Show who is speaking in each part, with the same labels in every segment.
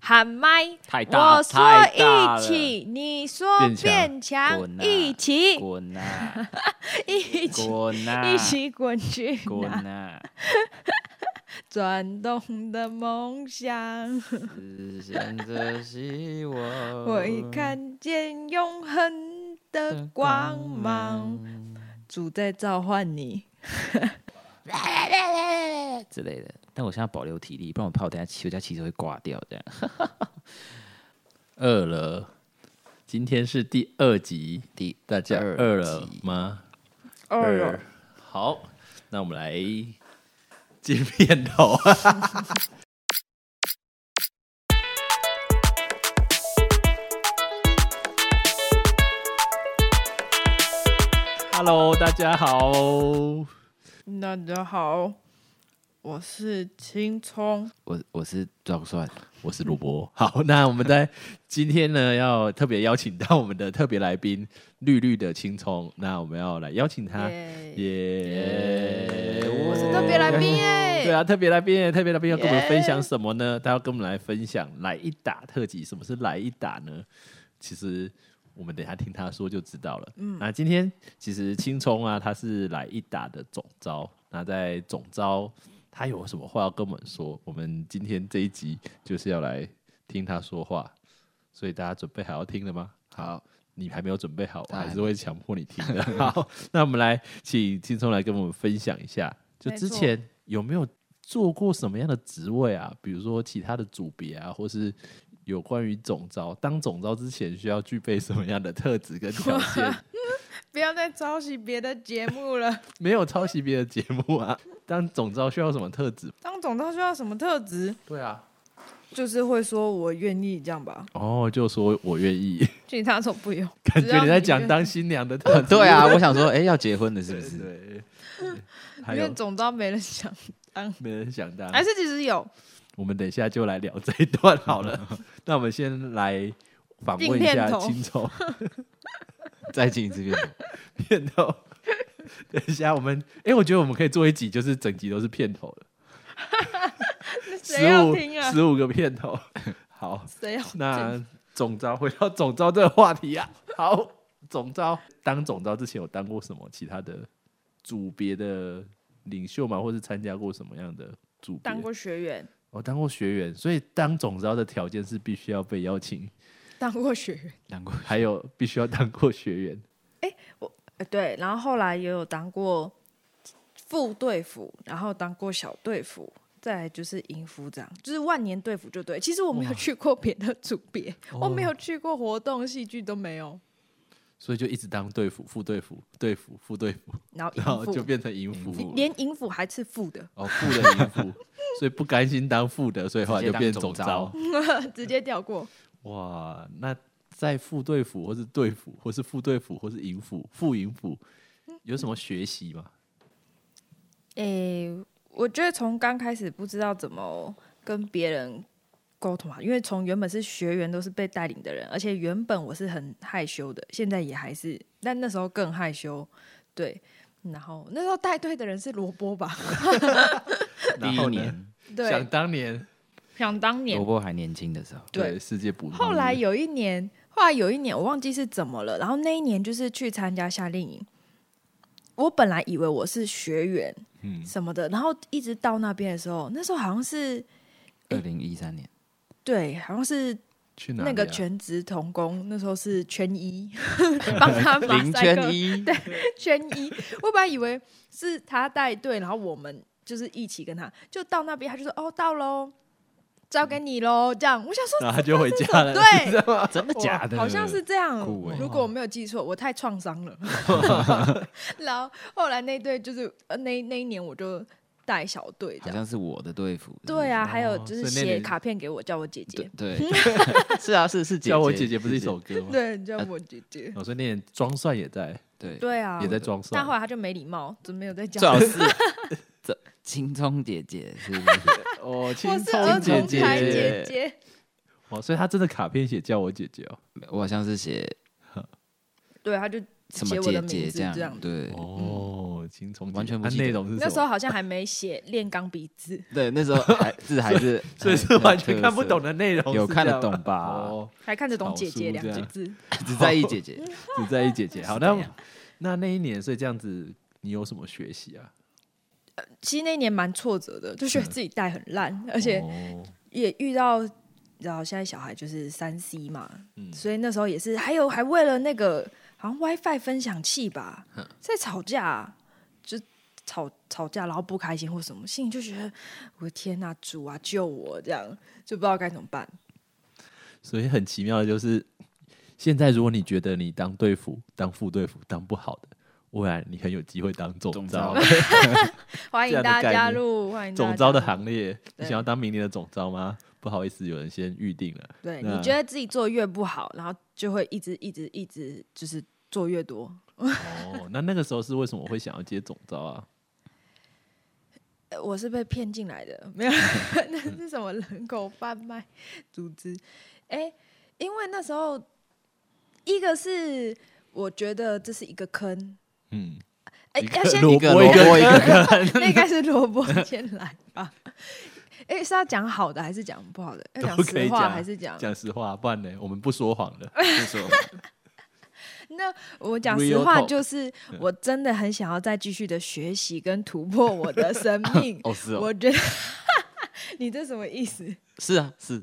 Speaker 1: 喊麦，
Speaker 2: 太大，
Speaker 1: 我说
Speaker 2: 太大
Speaker 1: 一
Speaker 2: 了
Speaker 1: 起，你说
Speaker 2: 变强
Speaker 1: 变强
Speaker 2: 滚，啊
Speaker 1: 一起
Speaker 2: 滚呐，
Speaker 1: 一起
Speaker 2: 滚呐，
Speaker 1: 一起滚去
Speaker 2: 滚
Speaker 1: 哪？
Speaker 2: 呐，
Speaker 1: 转动的梦想，
Speaker 2: 实现着希望。
Speaker 1: 我已看见永恒的光
Speaker 2: 嗯
Speaker 1: 芒，主在召唤你。
Speaker 2: 之类的。但我现在保留体力，不然我怕我等下骑我家骑车会挂掉这样。饿了，
Speaker 3: 今天是第二集，
Speaker 2: 第
Speaker 3: 大家
Speaker 2: 二
Speaker 3: 饿了
Speaker 2: 集
Speaker 3: 吗？哎
Speaker 1: 哦哟，
Speaker 3: 好，那我们来进片头。Hello，大家好，
Speaker 1: 大家好，我是青葱，
Speaker 2: 我我是装蒜，
Speaker 3: 我是萝卜。好，那我们在今天呢，要特别邀请到我们的特别来宾绿绿的青葱。那我们要来邀请
Speaker 2: 啊
Speaker 3: 他，
Speaker 1: 耶！
Speaker 3: 耶！
Speaker 1: 我是特别来宾哎
Speaker 3: 对
Speaker 1: 耶，
Speaker 3: 啊，特别来宾，特别来宾要跟我们
Speaker 1: Yeah
Speaker 3: 分享什么呢？他要跟我们来分享来一打特辑。什么是来一打呢？其实我们等一下听他说就知道了。嗯，那今天其实青葱啊，他是来一打的总招。那在总招，他有什么话要跟我们说？我们今天这一集就是要来听他说话，所以大家准备好要听了吗？好。你还没有准备好，我
Speaker 2: 当然
Speaker 3: 还是会强迫你听的。好，那我们来请青葱来跟我们分享一下，就
Speaker 1: 没
Speaker 3: 之
Speaker 1: 错
Speaker 3: 前有没有做过什么样的职位啊？比如说其他的组别啊，或是有关于总招。当总招之前需要具备什么样的特质跟条 件？
Speaker 1: 不要再抄袭别的节目了。
Speaker 3: 没有抄袭别的节目啊。当总招需要什么特质？
Speaker 1: 当总召需要什么特质？
Speaker 3: 对啊，
Speaker 1: 就是会说我愿意这样吧，
Speaker 3: 哦，就说我愿 意，
Speaker 1: 其他都不用。
Speaker 3: 感
Speaker 1: 只要
Speaker 3: 觉你在讲
Speaker 1: 愿
Speaker 3: 当新娘的特质。
Speaker 2: 对 啊，我想说，哎，要结婚了是不
Speaker 3: 对
Speaker 2: 是？
Speaker 3: 对， 还
Speaker 1: 因为
Speaker 3: 有
Speaker 1: 总招没人想，
Speaker 3: 没人想当，
Speaker 1: 还是其实有
Speaker 3: 我们等一下就来聊这一段好 了。那我们先来访问一
Speaker 1: 进片
Speaker 3: 下
Speaker 1: 头
Speaker 3: 青虫。
Speaker 2: 再进一次片头，
Speaker 3: 片头。等一下，我们哎、我觉得我们可以做一集，就是整集都是片头的，
Speaker 1: 谁
Speaker 3: 十
Speaker 1: 要
Speaker 3: 五
Speaker 1: 听啊？
Speaker 3: 十五个片头。 好，
Speaker 1: 谁要？
Speaker 3: 那总招回到总招这个话题啊。好，总招当总招之前有当过什么其他的组别的领袖吗？或是参加过什么样的组别？
Speaker 1: 当过学员，
Speaker 3: 我、哦当过学员，所以当总招的条件是必须要被邀请，
Speaker 1: 当过学员。
Speaker 2: 难过。
Speaker 3: 还有必须要当过学员。
Speaker 1: 呃，对，然后后来也有当过副队服，然后当过小队服，再来就是营服长，就是万年队服就对。其实我没有去过别的组别，
Speaker 3: 哦
Speaker 1: 我没有去过活动、戏剧都没有。
Speaker 3: 所以就一直当队服、副队服、队服、副队 服，
Speaker 1: 然后
Speaker 3: 然后
Speaker 1: 营
Speaker 3: 就
Speaker 1: 服，
Speaker 3: 变成营服
Speaker 2: 营服
Speaker 1: 连营服还是副 的，
Speaker 3: 哦，副的营服，所以不甘心当副的，所以后来就变总招。
Speaker 1: 直接跳过。
Speaker 3: 哇，那在副队服或是队服或是副队服或是营服、副营服有什么学习吗？
Speaker 1: 诶、我觉得从刚开始不知道怎么跟别人沟通啊，因为从原本是学员都是被带领的人，而且原本我是很害羞的，现在也还是，但那时候更害羞。对，然后那时候带队的人是萝卜吧？
Speaker 2: 第一年，
Speaker 1: 对，
Speaker 3: 想
Speaker 1: 想
Speaker 3: 当年，
Speaker 1: 当年
Speaker 2: 萝，卜还年轻的时候，
Speaker 1: 对
Speaker 3: 对世界补
Speaker 1: 后来有一年，后来有一年我忘记是怎么了，然后那一年就是去参加夏令营。我本来以为我是学员，
Speaker 3: 嗯
Speaker 1: 什么的，然后一直到那边的时候，那时候好像是
Speaker 2: 二零一三年，
Speaker 1: 对，好像是
Speaker 3: 去哪里
Speaker 1: 那
Speaker 3: 啊
Speaker 1: 个全职童工，那时候是圈 一，帮他马
Speaker 2: 林
Speaker 1: 赛
Speaker 2: 圈
Speaker 1: 克
Speaker 2: 一，
Speaker 1: 圈一。我本来以为是他带队，然后我们就是一起跟他，就到那边他就说哦到喽，交给你喽，这样。我想说
Speaker 3: 然后他就回家了，
Speaker 1: 对
Speaker 3: 知道吗？
Speaker 2: 啊 真的
Speaker 1: 哇
Speaker 2: 假的？
Speaker 1: 好像是这样
Speaker 2: 酷欸。
Speaker 1: 如果我没有记错，我太创伤 了。然后后来那队就是呃那那一年我就带小队这
Speaker 2: 好
Speaker 1: 样。
Speaker 2: 像是我的队服。
Speaker 1: 对啊，还有
Speaker 3: 哦
Speaker 1: 就是
Speaker 3: 所以那
Speaker 1: 写
Speaker 3: 年
Speaker 1: 卡片给我，叫我姐
Speaker 2: 对
Speaker 1: 姐。
Speaker 2: 对， 是啊，是是姐姐，
Speaker 3: 叫我姐姐不是一首歌吗？
Speaker 1: 对，
Speaker 2: 啊
Speaker 1: 叫我姐姐。
Speaker 3: 我说那年装蒜也在，
Speaker 2: 对，
Speaker 1: 对啊，
Speaker 3: 也在装
Speaker 1: 但
Speaker 3: 蒜
Speaker 1: 后。来他就没礼貌，就没有再
Speaker 2: 最好
Speaker 1: 讲。
Speaker 2: 是这青葱姐姐是不是？
Speaker 3: 哦，青
Speaker 1: 我是儿
Speaker 3: 葱姐
Speaker 1: 童
Speaker 3: 姐，
Speaker 1: 台姐姐，
Speaker 3: 哦，所以他真的卡片写叫我姐姐哦。
Speaker 2: 我好像是写
Speaker 1: 对，他就
Speaker 2: 什
Speaker 1: 写
Speaker 2: 么
Speaker 1: 我
Speaker 2: 姐
Speaker 1: 的名
Speaker 2: 姐
Speaker 1: 字
Speaker 2: 这
Speaker 1: 这样
Speaker 2: 样，对，
Speaker 3: 哦，轻冲击，
Speaker 2: 完全不
Speaker 3: 它
Speaker 2: 记得
Speaker 3: 内容是什么
Speaker 1: 那时候好像还没写练钢笔字，
Speaker 2: 对，那时候还字还是
Speaker 3: 所以
Speaker 2: 还
Speaker 3: 是
Speaker 2: 很
Speaker 3: 完
Speaker 2: 有
Speaker 3: 全
Speaker 2: 特
Speaker 3: 看不
Speaker 2: 色
Speaker 3: 懂的内 容，
Speaker 2: 有
Speaker 3: 是
Speaker 2: 看
Speaker 3: 这
Speaker 2: 得
Speaker 3: 样吗
Speaker 2: 懂吧？
Speaker 3: 哦，
Speaker 1: 还看得懂
Speaker 3: 草
Speaker 1: “姐姐”
Speaker 3: 书
Speaker 1: 两
Speaker 3: 这
Speaker 1: 个
Speaker 3: 样
Speaker 1: 字。
Speaker 2: 只在意姐 姐，
Speaker 3: 只在意姐 姐。好，
Speaker 2: 是这
Speaker 3: 那
Speaker 2: 样
Speaker 3: 那那一年，所以这样子，你有什么学习啊？
Speaker 1: 其实那一年蛮挫折的，就觉得自己带很烂，而
Speaker 3: 而
Speaker 1: 且
Speaker 3: 哦
Speaker 1: 也遇到，你知道现在小孩就是三 C 嘛，
Speaker 3: 嗯
Speaker 1: 所以那时候也是，还有还为了那个好像 WiFi 分享器吧，在吵架、啊就吵吵架，然后不开心或什么，心里就觉得我的天呐、主啊救我这样，就不知道该怎么办。
Speaker 3: 所以很奇妙的就是，现在如果你觉得你当队服、当副队服当不好的，未来你很有机会当总
Speaker 2: 总
Speaker 3: 招
Speaker 2: 招。
Speaker 1: 欢迎
Speaker 3: 这样的
Speaker 1: 大家
Speaker 3: 概
Speaker 1: 加
Speaker 3: 念
Speaker 1: 入，欢迎 大家
Speaker 3: 总招的行列，你
Speaker 1: 对
Speaker 3: 想要当明年的总招吗？不好意思，有人先预定了。
Speaker 1: 对，
Speaker 3: 那
Speaker 1: 你觉得自己做越不好，然后就会一直一直一直就是做越多。
Speaker 3: 哦，那那个时候是为什么会想要接总招啊？
Speaker 1: 呃我是被骗进来的，没有， 那是什么人口贩卖组织？哎、因为那时候一个是我觉得这是一个坑，
Speaker 3: 嗯，
Speaker 1: 哎、
Speaker 3: 一个
Speaker 1: 要先
Speaker 3: 萝
Speaker 2: 一
Speaker 3: 卜
Speaker 2: 个萝卜一个坑，
Speaker 1: 那应该是萝卜先来吧。哎、是要讲好的还是讲不好的？要讲
Speaker 3: 都可
Speaker 1: 实
Speaker 3: 以
Speaker 1: 话
Speaker 3: 讲
Speaker 1: 还是讲？
Speaker 3: 讲实话，不然呢，我们不说谎 的。
Speaker 2: 就说。
Speaker 1: 那我讲
Speaker 3: Real
Speaker 1: 实话，
Speaker 3: talk 嗯
Speaker 1: 就是我真的很想要再继续的学习跟突破我的生命
Speaker 2: 哦是哦，
Speaker 1: 我觉得 你这什么意思？
Speaker 2: 是啊是，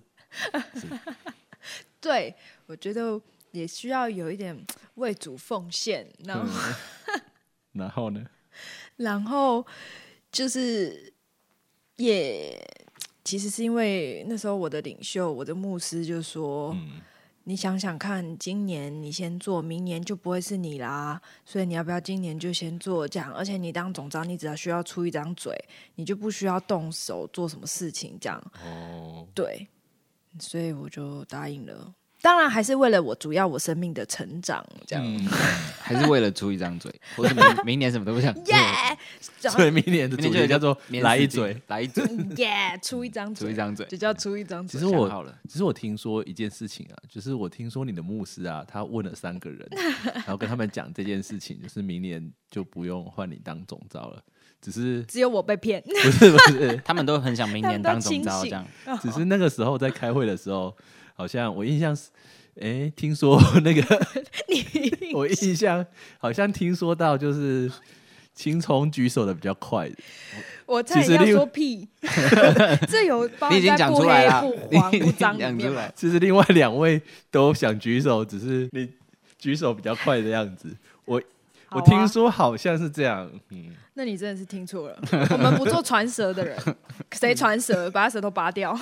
Speaker 1: 对，我觉得也需要有一点为主奉献，然后、
Speaker 3: 嗯然后呢？
Speaker 1: 然后就是也其实是因为那时候我的领袖，我的牧师就说，
Speaker 3: 嗯，
Speaker 1: 你想想看，今年你先做，明年就不会是你啦。所以你要不要今年就先做这样？而且你当总招，你只要需要出一张嘴，你就不需要动手做什么事情这样。
Speaker 3: 哦，
Speaker 1: 对，所以我就答应了。当然还是为了我主要我生命的成长这样。
Speaker 2: 嗯，还是为了出一张嘴，或者明明年什么都不想做，
Speaker 1: 耶、然后
Speaker 3: 所以明年的
Speaker 2: 明年
Speaker 3: 主
Speaker 2: 就有
Speaker 3: 题
Speaker 2: 一个
Speaker 3: 叫做“
Speaker 2: 免
Speaker 3: 来
Speaker 2: 死
Speaker 3: 一
Speaker 2: 金
Speaker 3: 嘴，
Speaker 2: 来一 嘴，
Speaker 1: 耶，出一张
Speaker 2: 出一
Speaker 1: 嘴，
Speaker 2: 张嘴
Speaker 1: 就。叫出一张
Speaker 3: 其
Speaker 1: 嘴。
Speaker 3: 实
Speaker 2: 想
Speaker 3: 我
Speaker 2: 好了
Speaker 3: 其实我听说一件事情啊，就是我听说你的牧师啊，他问了三个人，然后跟他们讲这件事情，就是明年就不用换你当总召了，只是
Speaker 1: 只有我被骗，
Speaker 3: 不是不是，
Speaker 2: 他们都很想明年当总招这样，
Speaker 1: 哦
Speaker 3: 只是那个时候在开会的时候，好像我印象是，哎，听说 那个
Speaker 1: 你
Speaker 3: 我印象好像听说到就是青葱举手的比较快的，
Speaker 1: 我差
Speaker 3: 其实
Speaker 1: 点要
Speaker 3: 另
Speaker 1: 说屁， 这 有帮
Speaker 2: 你已经
Speaker 1: 人家
Speaker 2: 讲
Speaker 1: 不
Speaker 2: 出来
Speaker 1: 黑
Speaker 2: 了，
Speaker 1: 不
Speaker 2: 你
Speaker 1: 黄
Speaker 2: 已
Speaker 1: 不
Speaker 2: 经
Speaker 1: 脏里
Speaker 2: 讲
Speaker 1: 面
Speaker 2: 出
Speaker 1: 嘛
Speaker 2: 来，
Speaker 3: 其实另外两位都想举手，只是你举手比较快的样子，我。
Speaker 1: 好啊
Speaker 3: 我听说好像是这样，嗯，
Speaker 1: 那你真的是听错了，我们不做传舌的人，谁传舌把他舌头拔掉？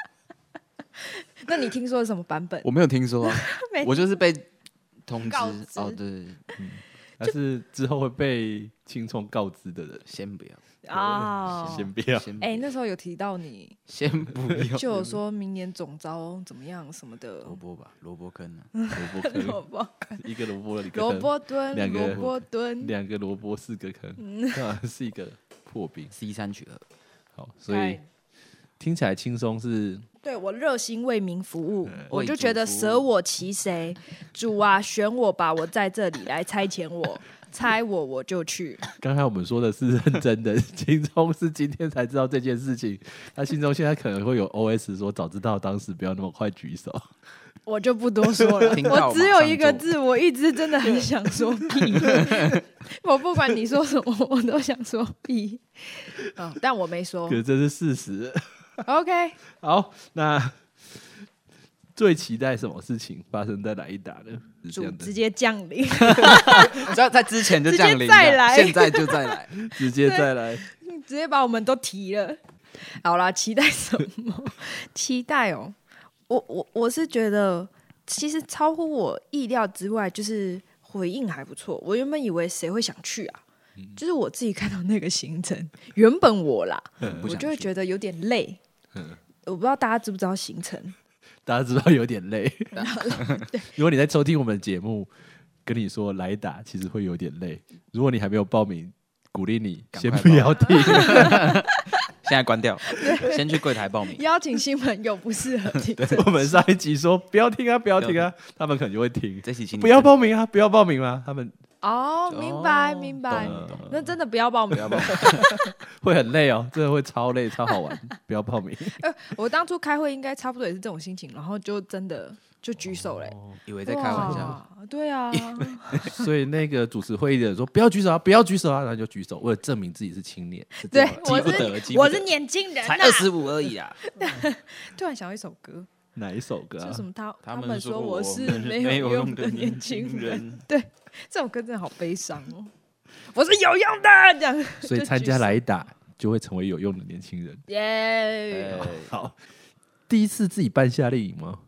Speaker 1: 那你听说是什么版本？
Speaker 2: 我没有听说啊
Speaker 1: 没，
Speaker 2: 我就是被通知
Speaker 1: 告知
Speaker 2: 哦，对对，对
Speaker 3: 但是之后会被青葱告知的人，
Speaker 2: 先不要，
Speaker 1: 啊，
Speaker 3: 先不要。
Speaker 2: 先
Speaker 1: 哎、那时候有提到你，
Speaker 2: 先不要，
Speaker 1: 就有说明年总招怎么样什么的，
Speaker 2: 萝卜吧，萝卜坑啊，
Speaker 1: 嗯
Speaker 3: 萝 卜
Speaker 1: 萝
Speaker 3: 坑，
Speaker 1: 卜
Speaker 3: 一个萝卜，一个
Speaker 1: 萝
Speaker 3: 坑，
Speaker 1: 卜蹲，
Speaker 3: 两个
Speaker 1: 萝卜蹲，
Speaker 3: 两个萝卜，四个坑，啊，
Speaker 1: 嗯
Speaker 3: 是一个破冰。
Speaker 2: C 三取二，
Speaker 3: 好，所
Speaker 1: 哎
Speaker 3: 以听起来轻松是
Speaker 1: 对我热心为民服务，我
Speaker 2: 为
Speaker 1: 就
Speaker 2: 主
Speaker 1: 觉得
Speaker 2: 服务
Speaker 1: 舍我其谁，主啊选我吧，我在这里来差遣 我，猜我我就去。
Speaker 3: 刚才我们说的是 认真的，青葱是今天才知道这件事情，他心中现在可能会有 OS 说，早知道当时不要那么快举手。
Speaker 1: 我就不多说 了，
Speaker 2: 听到
Speaker 1: 我只有一个
Speaker 2: 马上
Speaker 1: 字，我一直真的很想说 屁。我不管你说什么，我都想说屁。嗯，但我没说
Speaker 3: 可。是这是事实。
Speaker 1: OK，
Speaker 3: 好，那最期待什么事情发生在哪一打呢？是这
Speaker 1: 主
Speaker 3: 样的
Speaker 1: 直接降临。
Speaker 2: 只要在之前就
Speaker 1: 直接
Speaker 2: 降临了，
Speaker 1: 再来
Speaker 2: 现在就再 来，
Speaker 3: 直接再来。
Speaker 1: 直接把我们都提了。好啦，期待什么？ 期待哦，我我我是觉得，其实超乎我意料之外，就是回应还不错。我原本以为谁会想去啊，就是我自己看到那个行程，原本我啦，
Speaker 2: 不
Speaker 1: 我
Speaker 2: 想
Speaker 1: 就会
Speaker 2: 去
Speaker 1: 觉得有点累。我不知道大家知不知道行程，
Speaker 3: 大家知道有点累。如果你在收听我们的节目，跟你说来打，其实会有点累。如果你还没有报名，鼓励你
Speaker 2: 赶
Speaker 3: 先
Speaker 2: 快
Speaker 3: 不
Speaker 2: 报
Speaker 3: 要听。
Speaker 2: 现在关掉，先去柜台报 名，
Speaker 1: 邀请新朋友不适合听这
Speaker 3: 我们上一集说不要听啊，不要
Speaker 2: 不
Speaker 3: 听啊，他们可能就会听。
Speaker 2: 这期请你
Speaker 3: 不要报名啊，不要报名啊，他们
Speaker 1: 哦，明白
Speaker 3: 哦
Speaker 1: 明白
Speaker 3: 懂了懂了，
Speaker 1: 那真的不要报名。
Speaker 3: 会很累哦，真的会超累、超好 玩，不要报名。
Speaker 1: 我当初开会应该差不多也是这种心情，然后就真的就举手嘞，
Speaker 4: 以为在开玩笑，
Speaker 1: 哇，对啊，
Speaker 3: 所以那个主持会议的人说：“不要举手啊，不要举手啊！”然后就举手，为了证明自己是青年。是这
Speaker 1: 对
Speaker 3: 样吗，
Speaker 1: 我
Speaker 4: 急不得急
Speaker 1: 是
Speaker 4: 不
Speaker 1: 我
Speaker 4: 得
Speaker 1: 是年轻人
Speaker 4: 才
Speaker 1: 呐
Speaker 4: 二。十五而已啊，
Speaker 1: 突然想到一首歌，
Speaker 3: 哪一首歌
Speaker 1: 就
Speaker 3: 啊
Speaker 1: 什？么他
Speaker 4: 他
Speaker 1: 们
Speaker 4: 们
Speaker 1: 说
Speaker 4: 说
Speaker 1: 我
Speaker 4: 我
Speaker 1: 是
Speaker 4: 们
Speaker 1: 没
Speaker 4: 没有
Speaker 1: 用
Speaker 4: 用的
Speaker 1: 年
Speaker 4: 年
Speaker 1: 轻
Speaker 4: 轻人，
Speaker 1: 对，这首歌真的好悲伤哦。我是有用的，这样。
Speaker 3: 所以
Speaker 1: 就
Speaker 3: 参
Speaker 1: 举
Speaker 3: 加
Speaker 1: 手
Speaker 3: 来打就会成为有用的年轻人。
Speaker 1: 耶，
Speaker 3: 好，第一次自己办夏令营吗？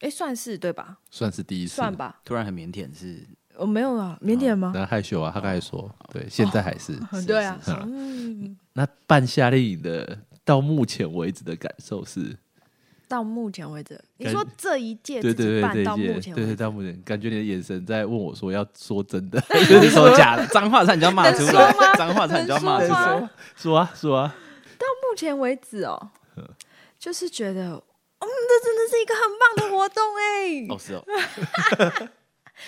Speaker 1: 哎，算是对吧？
Speaker 3: 算是第一次，
Speaker 1: 算。吧。
Speaker 4: 突然很腼腆， 是
Speaker 1: 我没有啊，腼腆吗？
Speaker 3: 但害羞啊，他刚才说，对，现在还是。
Speaker 1: 嗯对啊，
Speaker 3: 是是
Speaker 1: 嗯，
Speaker 3: 那办夏令营的到目前为止的感受是，
Speaker 1: 到目前为止，你
Speaker 3: 感
Speaker 1: 说这一届
Speaker 3: 对
Speaker 1: 哎自
Speaker 3: 对
Speaker 1: 己
Speaker 3: 对
Speaker 1: 办
Speaker 3: 对
Speaker 1: 到目
Speaker 3: 对
Speaker 1: 前
Speaker 3: 对
Speaker 1: 为
Speaker 3: 对，
Speaker 1: 止，
Speaker 3: 到目前感觉你的眼神在问我说要说真的，
Speaker 4: 不是说假的，脏话差点就要骂出
Speaker 1: 能说
Speaker 4: 来
Speaker 1: 吗，
Speaker 4: 脏话差点就要骂
Speaker 1: 能
Speaker 4: 出
Speaker 1: 说
Speaker 4: 来
Speaker 1: 吗，
Speaker 3: 说啊说啊，
Speaker 1: 目前为止哦，就是觉得，嗯，这真的是一个很棒的活动哎。
Speaker 4: 哦是哦，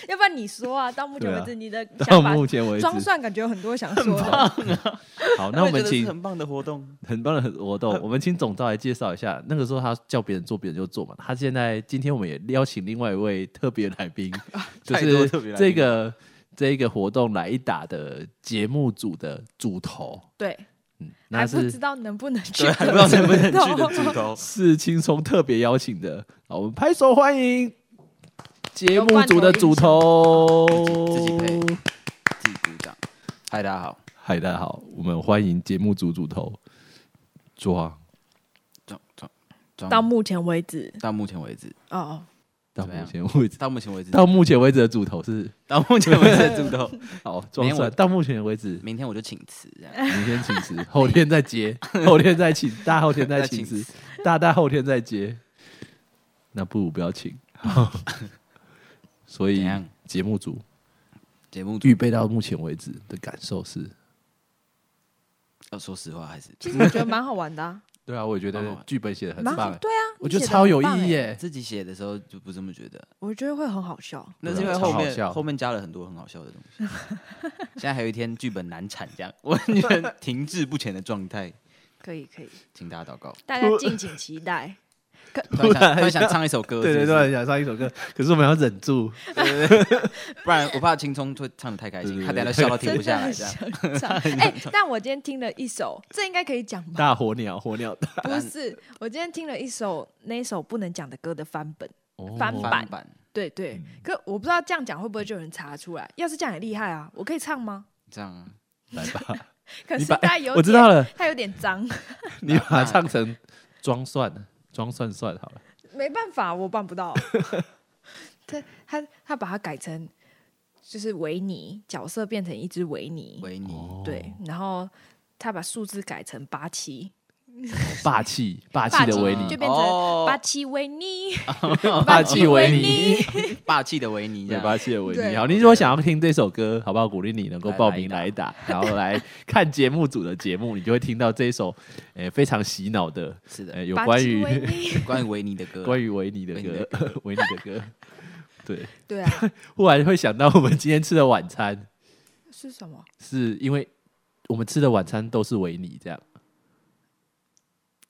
Speaker 1: 要不然你说啊，到目前为
Speaker 3: 对
Speaker 1: 止
Speaker 3: 啊
Speaker 1: 你的
Speaker 3: 到
Speaker 1: 想法
Speaker 3: 目前为止，
Speaker 1: 装蒜感觉有很多想说的。
Speaker 3: 好，那我们
Speaker 4: 觉得是
Speaker 3: 请
Speaker 4: 很棒的活动，
Speaker 3: 很棒的活动，我们请总召来介绍一下。那个时候他叫别人做，别人就做嘛。他现在今天我们也邀请另外一位特别 来宾，就
Speaker 4: 啊太多
Speaker 3: 是
Speaker 4: 特别来宾
Speaker 3: 这个这个活动来一打的节目组的组头，
Speaker 1: 对，
Speaker 3: 嗯，
Speaker 1: 还
Speaker 3: 那
Speaker 1: 不知
Speaker 3: 是，
Speaker 1: 道能不能去，
Speaker 4: 对，还啊不知道能 不能去的主头
Speaker 3: 是轻松特别邀请的，好，我们拍手欢迎节目组的组头，
Speaker 4: 自己配自己鼓掌，嗨大家好，
Speaker 3: 嗨，大家好，我们欢迎节目组组头抓
Speaker 4: 装装装
Speaker 1: 到目前为止，
Speaker 4: 到目前为止，
Speaker 1: 哦哦，
Speaker 3: 到
Speaker 4: 怎么
Speaker 3: 目
Speaker 4: 样
Speaker 3: 前为止，
Speaker 4: 到目前为止，
Speaker 3: 到目前为止的组头是
Speaker 4: 到目前为止的主 头，
Speaker 3: 好，装
Speaker 4: 没有
Speaker 3: 蒜
Speaker 4: 我
Speaker 3: 到目前为止，
Speaker 4: 明天我就请辞，这 样
Speaker 3: 明天请辞，后天再 接，后天再请，大后天再请辞，大大后天再接。那不如不要 请。所以
Speaker 4: 怎样
Speaker 3: 节目组
Speaker 4: 节目组
Speaker 3: 预备到目前为止的感受是，
Speaker 4: 要说实话还是
Speaker 1: 其实我觉得蛮好玩的啊，
Speaker 3: 对啊，我觉
Speaker 4: 蛮好
Speaker 3: 得
Speaker 4: 玩
Speaker 3: 剧本写的 很
Speaker 1: 蛮好
Speaker 3: 棒，，欸
Speaker 1: 对啊，
Speaker 3: 我
Speaker 1: 你
Speaker 3: 觉
Speaker 1: 写得
Speaker 3: 得超
Speaker 1: 很
Speaker 3: 有
Speaker 1: 棒
Speaker 3: 意义
Speaker 1: 欸，
Speaker 3: 耶。
Speaker 4: 自己写的时候就不这么觉得，啊
Speaker 1: 我觉得会很好笑。
Speaker 4: 那是因为
Speaker 3: 超
Speaker 4: 后
Speaker 3: 好笑
Speaker 4: 面后面加了很多很好笑的东西。 现在还有一天剧本难产，这样完 全停滞不前的状态，
Speaker 1: 可以可以，
Speaker 4: 请大家祷 告。
Speaker 1: 大家敬请期待。
Speaker 4: 突然想突然想唱一首歌，
Speaker 3: 对对
Speaker 4: 是不
Speaker 3: 对，
Speaker 4: 是
Speaker 3: 想上一首歌，可是我们要忍住，
Speaker 4: 不然我怕青葱会唱的太开
Speaker 3: 对
Speaker 4: 心，
Speaker 3: 对
Speaker 4: 他等下
Speaker 3: 对
Speaker 4: 都笑到停
Speaker 1: 真
Speaker 4: 不
Speaker 1: 的
Speaker 4: 下来
Speaker 1: 很
Speaker 4: 这
Speaker 1: 想
Speaker 4: 样。
Speaker 1: 唱。哎、但我今天听了一首，这应该可以讲吧？
Speaker 3: 大火鸟，火鸟
Speaker 1: 不是，我今天听了一首那一首不能讲的歌的翻本。
Speaker 3: 哦
Speaker 1: 翻版
Speaker 4: 翻版，
Speaker 1: 对对，
Speaker 3: 嗯
Speaker 1: 可我不知道这样讲会不会就有人查出来。要是这样也厉害啊，我可以唱吗？
Speaker 4: 这样啊
Speaker 3: 来吧，
Speaker 1: 可
Speaker 3: 你
Speaker 1: 是
Speaker 3: 把哎
Speaker 1: 它有
Speaker 3: 我知道
Speaker 1: 了，
Speaker 3: 了，
Speaker 1: 它有点脏，
Speaker 3: 你把它唱成装蒜， 装蒜蒜好了，
Speaker 1: 没办法，我办不到。 他他他把它改成就是维尼角色变成一只维尼，
Speaker 4: 维尼
Speaker 3: 哦
Speaker 1: 对，然后他把数字改成八七，
Speaker 3: 霸气霸
Speaker 1: 霸气
Speaker 3: 气的威
Speaker 1: 就
Speaker 3: 力，
Speaker 1: 变成
Speaker 4: 哦
Speaker 1: 八七维 尼，
Speaker 3: 霸 气维
Speaker 1: 尼。
Speaker 3: 尼。
Speaker 4: 霸气的维尼这
Speaker 3: 对，
Speaker 4: 样，
Speaker 3: 巴西的维
Speaker 1: 对
Speaker 3: 尼。好，你如果想要听这首歌，好不好？鼓励你能够
Speaker 4: 来
Speaker 3: 报名
Speaker 4: 来
Speaker 3: 来打，然后来看节目组的节目，你就会听到这一首，诶、非常洗脑 的，
Speaker 4: 是
Speaker 3: 诶、
Speaker 4: 的，
Speaker 3: 有
Speaker 1: 巴
Speaker 3: 关
Speaker 1: 基
Speaker 3: 于
Speaker 1: 维尼
Speaker 4: 哎关于维尼的歌，
Speaker 3: 关于维尼的
Speaker 4: 维尼的
Speaker 3: 歌， 维尼的歌。对，
Speaker 1: 对啊，
Speaker 3: 忽然会想到我们今天吃的晚餐，
Speaker 1: 是什么
Speaker 3: 是因为我们吃的晚餐都是维尼这样。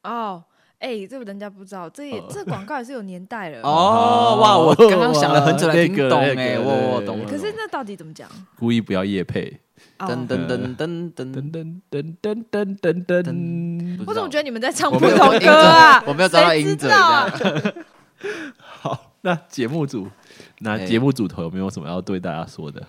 Speaker 1: 哦。哎、这个人家不知道，这也、
Speaker 3: 哦
Speaker 1: 这广告也是有年代了。
Speaker 4: 呃 哦哇，我刚刚想了很久
Speaker 3: 哇
Speaker 4: 才听
Speaker 3: 那个
Speaker 4: 懂
Speaker 3: 那个
Speaker 4: 哎，
Speaker 3: 对
Speaker 4: 我我
Speaker 3: 对
Speaker 4: 懂了。
Speaker 1: 可是那到底怎么讲？
Speaker 3: 故意不要夜配，
Speaker 1: 哦
Speaker 4: 噔噔噔噔噔
Speaker 3: 噔噔噔噔噔噔噔。
Speaker 1: 我怎么觉得你们在唱
Speaker 4: 我
Speaker 1: 不
Speaker 4: 没有
Speaker 1: 同歌啊？
Speaker 4: 我没有找到音
Speaker 1: 谁知
Speaker 4: 准，
Speaker 1: 道
Speaker 4: 啊 这样
Speaker 3: 好，那节目组，那
Speaker 4: 哎
Speaker 3: 节目组头有没有什么要对大家说的？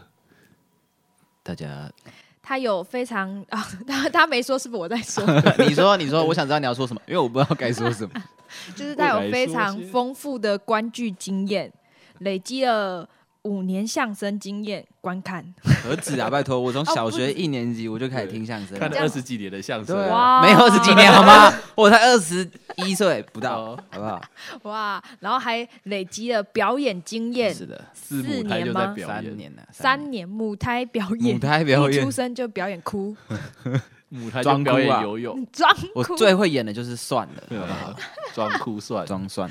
Speaker 4: 大家，
Speaker 1: 他有非常 啊，他他没说，是不是我在说？
Speaker 4: 你说你说，我想知道你要说什么，因为我不知道该说什么。
Speaker 1: 就是他有非常丰富的观剧经验，累积了五年相声经验观看。
Speaker 4: 何止啊！拜托，我从小
Speaker 1: 哦
Speaker 4: 学一年级我就开始听相声
Speaker 3: 看
Speaker 4: 了，
Speaker 3: 了二十几年的相声，
Speaker 4: 对
Speaker 1: 哇
Speaker 4: 啊，没有二十几年好吗？我才二十一岁不到，好不好？
Speaker 1: 哇，然后还累积了表演经验，
Speaker 4: 是的，
Speaker 3: 字母胎就在表演，
Speaker 4: 三年了，
Speaker 1: 三年母胎表演，
Speaker 4: 母胎表
Speaker 1: 一出
Speaker 4: 演，
Speaker 1: 生就表演哭，
Speaker 3: 母胎就
Speaker 4: 装哭啊
Speaker 3: 表演游泳，
Speaker 1: 装
Speaker 4: 我
Speaker 1: 哭。
Speaker 4: 最会演的就是算了，
Speaker 3: 对
Speaker 4: 好不好
Speaker 3: 吧？装哭算
Speaker 4: 装蒜，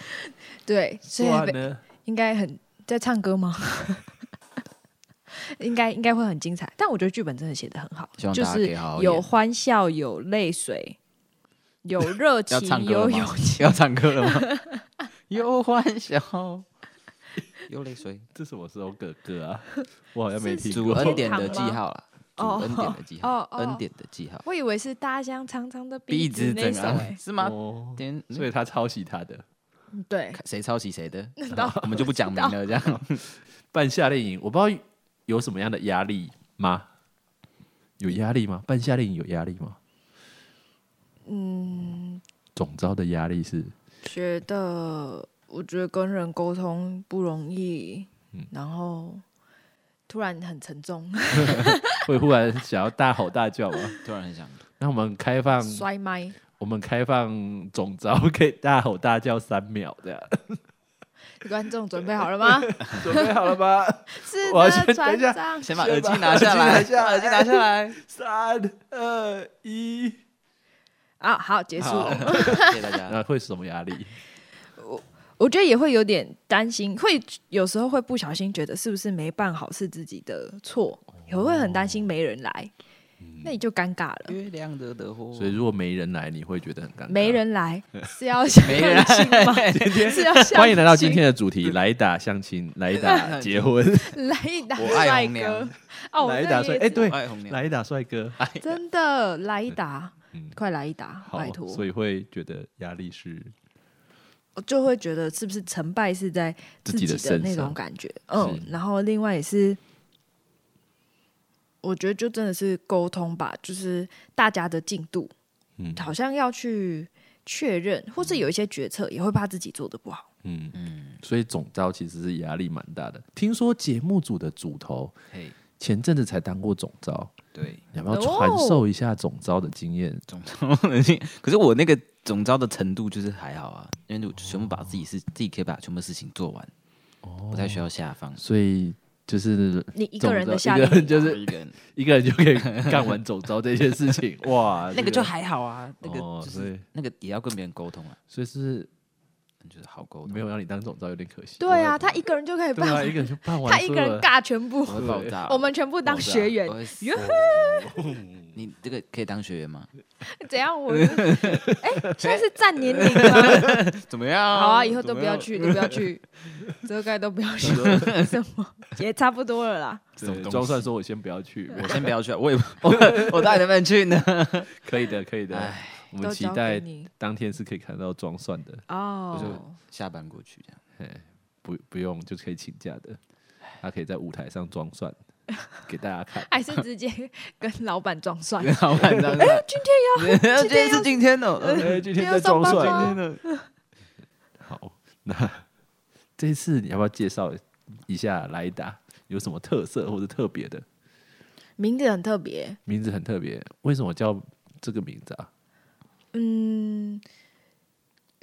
Speaker 1: 对，所以
Speaker 3: 算
Speaker 1: 被
Speaker 3: 呢？
Speaker 1: 应该很在唱歌吗？ 应该应该会很精彩。但我觉得剧本真的写的很好
Speaker 4: 希，望
Speaker 1: 就
Speaker 4: 大家可以
Speaker 1: 是
Speaker 4: 好好
Speaker 1: 有
Speaker 4: 演
Speaker 1: 欢笑，有泪水，有热
Speaker 4: 要
Speaker 1: 情
Speaker 4: 唱，歌
Speaker 1: 有
Speaker 4: 了
Speaker 1: 勇
Speaker 4: 吗？要唱歌了 吗？有欢笑，有泪水，
Speaker 3: 这什么时候歌歌啊？我好像没
Speaker 1: 是
Speaker 3: 听
Speaker 1: 主
Speaker 4: 主
Speaker 3: 过。
Speaker 4: 恩典的
Speaker 1: 天
Speaker 4: 记
Speaker 1: 堂吗
Speaker 4: 号啦，主
Speaker 1: 哦
Speaker 4: 恩典的记号
Speaker 1: 哦，哦
Speaker 4: 恩典的记号，
Speaker 1: 我以为是大象长长的
Speaker 4: 鼻
Speaker 1: 子
Speaker 4: 子
Speaker 1: 那一
Speaker 4: 怎
Speaker 1: 首、
Speaker 4: 样？
Speaker 1: 欸，
Speaker 4: 是吗？嗯
Speaker 3: 哦，
Speaker 4: 天，
Speaker 3: 所以他抄袭他的。
Speaker 1: 嗯对，
Speaker 4: 看谁抄袭 谁的，
Speaker 1: 到
Speaker 4: 我们就不讲明了，这样。
Speaker 3: 办夏令营，我不知道有什么样的压力吗？有压力吗？办夏令营有压力吗？嗯，总招的压力是
Speaker 1: 觉得我觉得跟人沟通不容易，
Speaker 4: 嗯
Speaker 1: 然后突然很沉重，
Speaker 3: 会忽然想要大吼 大叫吗？
Speaker 4: 突然很想，
Speaker 3: 那我们开
Speaker 4: 嗯
Speaker 3: 放，
Speaker 1: 摔麦。
Speaker 3: 我们开放总招可以大吼大叫三秒这样，
Speaker 1: 观众准备好了 吗？
Speaker 3: 准备好了吗？
Speaker 1: 是
Speaker 3: 我要
Speaker 1: 的，
Speaker 3: 先等
Speaker 1: 船
Speaker 3: 一下
Speaker 1: 长。
Speaker 4: 先把耳机拿下来，
Speaker 3: 先把
Speaker 4: 耳机拿下来，
Speaker 3: 三二一，
Speaker 1: 啊，好，结束
Speaker 4: 好
Speaker 1: 了。
Speaker 4: 谢谢大家。
Speaker 3: 那会什么压力？
Speaker 1: 我觉得也会有点担心，会有时候会不小心觉得是不是没办好是自己的错，
Speaker 3: 哦
Speaker 1: 也会很担心没人来，
Speaker 3: 嗯
Speaker 1: 那你就尴尬了。
Speaker 4: 月亮惹的祸，
Speaker 3: 所以如果没人来，你会觉得很尴尬。
Speaker 1: 没人来
Speaker 3: 嗯
Speaker 1: 是要相
Speaker 4: 没人
Speaker 1: 亲吗？ 是要相亲
Speaker 3: 欢迎来到今天的主题：来打相亲，来打结婚，
Speaker 1: 来一打
Speaker 4: 我爱
Speaker 1: 帅
Speaker 4: 红娘
Speaker 1: 哥哦，
Speaker 3: 来一
Speaker 1: 那
Speaker 3: 打
Speaker 1: 也
Speaker 3: 帅。
Speaker 1: 是
Speaker 3: 哎，对，
Speaker 4: 爱红娘，
Speaker 3: 来打帅哥，
Speaker 1: 真的来一打，快来一打，
Speaker 3: 嗯好
Speaker 1: 拜，托！
Speaker 3: 所以会觉得压力是
Speaker 1: 我就会觉得是不是成败是在
Speaker 3: 自
Speaker 1: 自
Speaker 3: 己
Speaker 1: 己
Speaker 3: 的
Speaker 1: 的
Speaker 3: 身
Speaker 1: 那
Speaker 3: 上
Speaker 1: 种感觉，嗯
Speaker 3: 是，
Speaker 1: 然后另外也是，我觉得就真的是沟通吧，就是大家的进度，
Speaker 3: 嗯
Speaker 1: 好像要去确认，或是有一些决策也会怕自己做的不好，
Speaker 3: 嗯嗯，所以总招其实是压力蛮大的。听说节目组的组头
Speaker 4: 嘿，
Speaker 3: 前阵子才当过总招，
Speaker 4: 对，
Speaker 3: 你要不要
Speaker 1: 哦
Speaker 3: 传授一下总招的经验？
Speaker 4: 总招可是我那个总招的程度就是还好啊，因为我全部把自己事，自己可以把全部事情做完，不太需要下放。
Speaker 3: 所以就是
Speaker 1: 你一个人的
Speaker 3: 总
Speaker 1: 下
Speaker 3: 招一
Speaker 1: 令
Speaker 3: 个人哦就是
Speaker 4: 一个人，
Speaker 3: 一个人就可以干完总招这件事 情，哇，
Speaker 4: 那个就还好啊，那个
Speaker 3: 哦
Speaker 4: 就
Speaker 3: 所
Speaker 4: 是
Speaker 3: 以
Speaker 4: 那个也要跟别人沟通啊，
Speaker 3: 所以是
Speaker 4: 就是好沟通，
Speaker 3: 没有让你当总招有点可惜。
Speaker 1: 对啊，他一个人就可以
Speaker 3: 对
Speaker 1: 办
Speaker 3: 啊，
Speaker 1: 完，
Speaker 3: 一个人就办 完，
Speaker 1: 他一个人，尬全 部，
Speaker 4: 我会爆炸。
Speaker 1: 我们全部当学员
Speaker 4: 我，会死
Speaker 1: 哟
Speaker 4: 你这个可以当学员吗？
Speaker 1: 怎样？ 我哎，现在是占年龄吗？
Speaker 4: 怎么样？
Speaker 1: 好啊，以后都不要去，都不要 去，遮盖都不要去，什么 也差不多了啦。
Speaker 4: 什么
Speaker 3: 对
Speaker 4: 东西
Speaker 3: 装蒜说我先不要去，
Speaker 4: 我先不 要去啊，我也我我到底能不能去呢？
Speaker 3: 可以的，可以的
Speaker 4: 唉，
Speaker 3: 我
Speaker 1: 都
Speaker 3: 们期
Speaker 1: 交给
Speaker 3: 待
Speaker 1: 你
Speaker 3: 当天是可以看到装蒜的。
Speaker 1: 哦，
Speaker 4: 下班过去这样，
Speaker 3: 不不用就可以请假的，他可以在舞台上装蒜给大 家看。
Speaker 1: 还是直哎接跟老板撞 算。
Speaker 4: 跟老板这样。哎，今天要，今天是今天哦。呃
Speaker 3: 哎， 今
Speaker 1: 天在装蒜要上班
Speaker 3: 好，那这次你要不要介绍一下莱达有什么特色或者特别的？
Speaker 1: 名字很特别，
Speaker 3: 名字很特别，为什么叫这个名字啊？
Speaker 1: 嗯，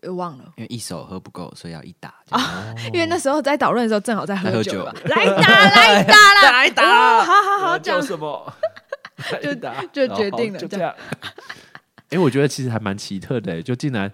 Speaker 1: 呃忘了，
Speaker 4: 因为一手喝不够，所以要一打。这样
Speaker 1: 因为那时候在讨论的时候正好在
Speaker 4: 在喝
Speaker 1: 喝酒
Speaker 4: 酒
Speaker 1: 吧，来 打来打啦，来
Speaker 3: 打
Speaker 1: 好好好，这
Speaker 3: 叫
Speaker 1: 样
Speaker 3: 什么？
Speaker 1: 就
Speaker 3: 莱达
Speaker 1: 就决定了
Speaker 3: 好就这
Speaker 1: 这
Speaker 3: 样。 哎，我觉得其实还蛮奇特的，欸就竟然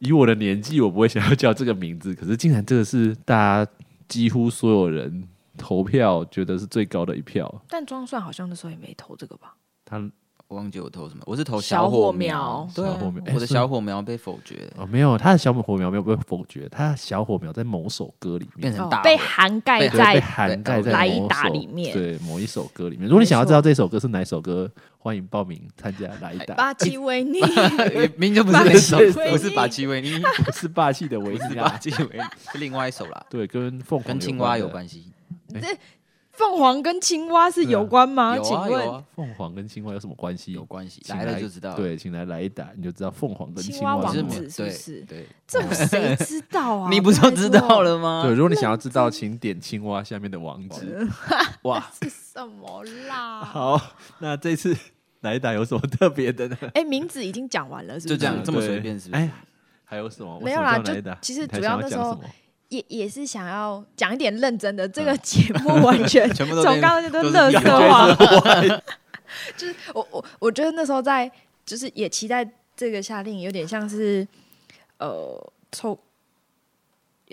Speaker 3: 以我的年纪，我不会想要叫这个名字，可是竟然这个是大家几乎所有人投票觉得是最高的一票。
Speaker 1: 但装蒜好像那时候也没投这个吧？
Speaker 3: 他
Speaker 4: 我忘记我投什么，我是投
Speaker 1: 小
Speaker 4: 火
Speaker 1: 火苗
Speaker 4: 对啊
Speaker 3: 小火苗
Speaker 4: 我的
Speaker 3: 哎是
Speaker 4: 小火苗被否决，
Speaker 3: 哦没有他的小火苗没有被否决，他的小火苗在某首歌里面
Speaker 4: 变成
Speaker 1: 哦
Speaker 4: 大火
Speaker 1: 被涵盖
Speaker 4: 被
Speaker 3: 对被
Speaker 1: 在呃
Speaker 3: 涵盖在
Speaker 1: 来
Speaker 3: 某
Speaker 1: 一打
Speaker 3: 首
Speaker 1: 里面
Speaker 3: 对某一首歌里面。如果你想要知道这首歌是哪一首歌，欢迎报名参加来一打。
Speaker 1: 巴基维 尼，
Speaker 4: 也明明就不是那 首，不是把基维尼，
Speaker 3: 不 是霸气的维
Speaker 4: 不是
Speaker 3: 尼
Speaker 4: 把
Speaker 3: 啊，
Speaker 4: 基维尼，是另外一首 啦，
Speaker 3: 对，跟凤凰
Speaker 4: 跟青蛙有
Speaker 3: 的
Speaker 4: 关系。
Speaker 1: 凤凰跟青蛙是有关吗？
Speaker 4: 有
Speaker 1: 请
Speaker 4: 啊有
Speaker 1: 问
Speaker 4: 啊
Speaker 3: 凤凰跟青蛙有什么关系？
Speaker 4: 有关系，
Speaker 3: 请
Speaker 4: 来了就知道了。
Speaker 3: 对，请来来一打，你就知道凤凰跟
Speaker 1: 青
Speaker 3: 蛙
Speaker 1: 蛙王
Speaker 3: 是什
Speaker 1: 子
Speaker 3: 么
Speaker 1: 是不
Speaker 4: 对
Speaker 1: 是
Speaker 4: 对，
Speaker 1: 这个 谁知道啊？
Speaker 4: 你不就知道了吗？
Speaker 3: 对，如果你想要知道，请点青蛙下面的网址。
Speaker 4: 哇，
Speaker 1: 拜托是什么啦？
Speaker 3: 好，那这次 来一打有什么特别的呢？
Speaker 1: 哎，名字已经讲完了，是不
Speaker 4: 就是这样
Speaker 3: 对
Speaker 4: 这么随便是不是
Speaker 3: 哎，还有什么？
Speaker 1: 没有啦
Speaker 3: 为什么叫来一打
Speaker 1: 就其实
Speaker 3: 你还
Speaker 1: 主要
Speaker 3: 想
Speaker 1: 那
Speaker 3: 讲
Speaker 1: 时候
Speaker 3: 什么
Speaker 1: 也也是想要讲一点认真的，这个节 目完全
Speaker 4: 嗯全部都
Speaker 1: 从刚刚
Speaker 4: 都
Speaker 1: 就是乐
Speaker 4: 乐
Speaker 1: 色化， 就是我我我觉得那时候在就是也期待这个夏令营有点像是呃抽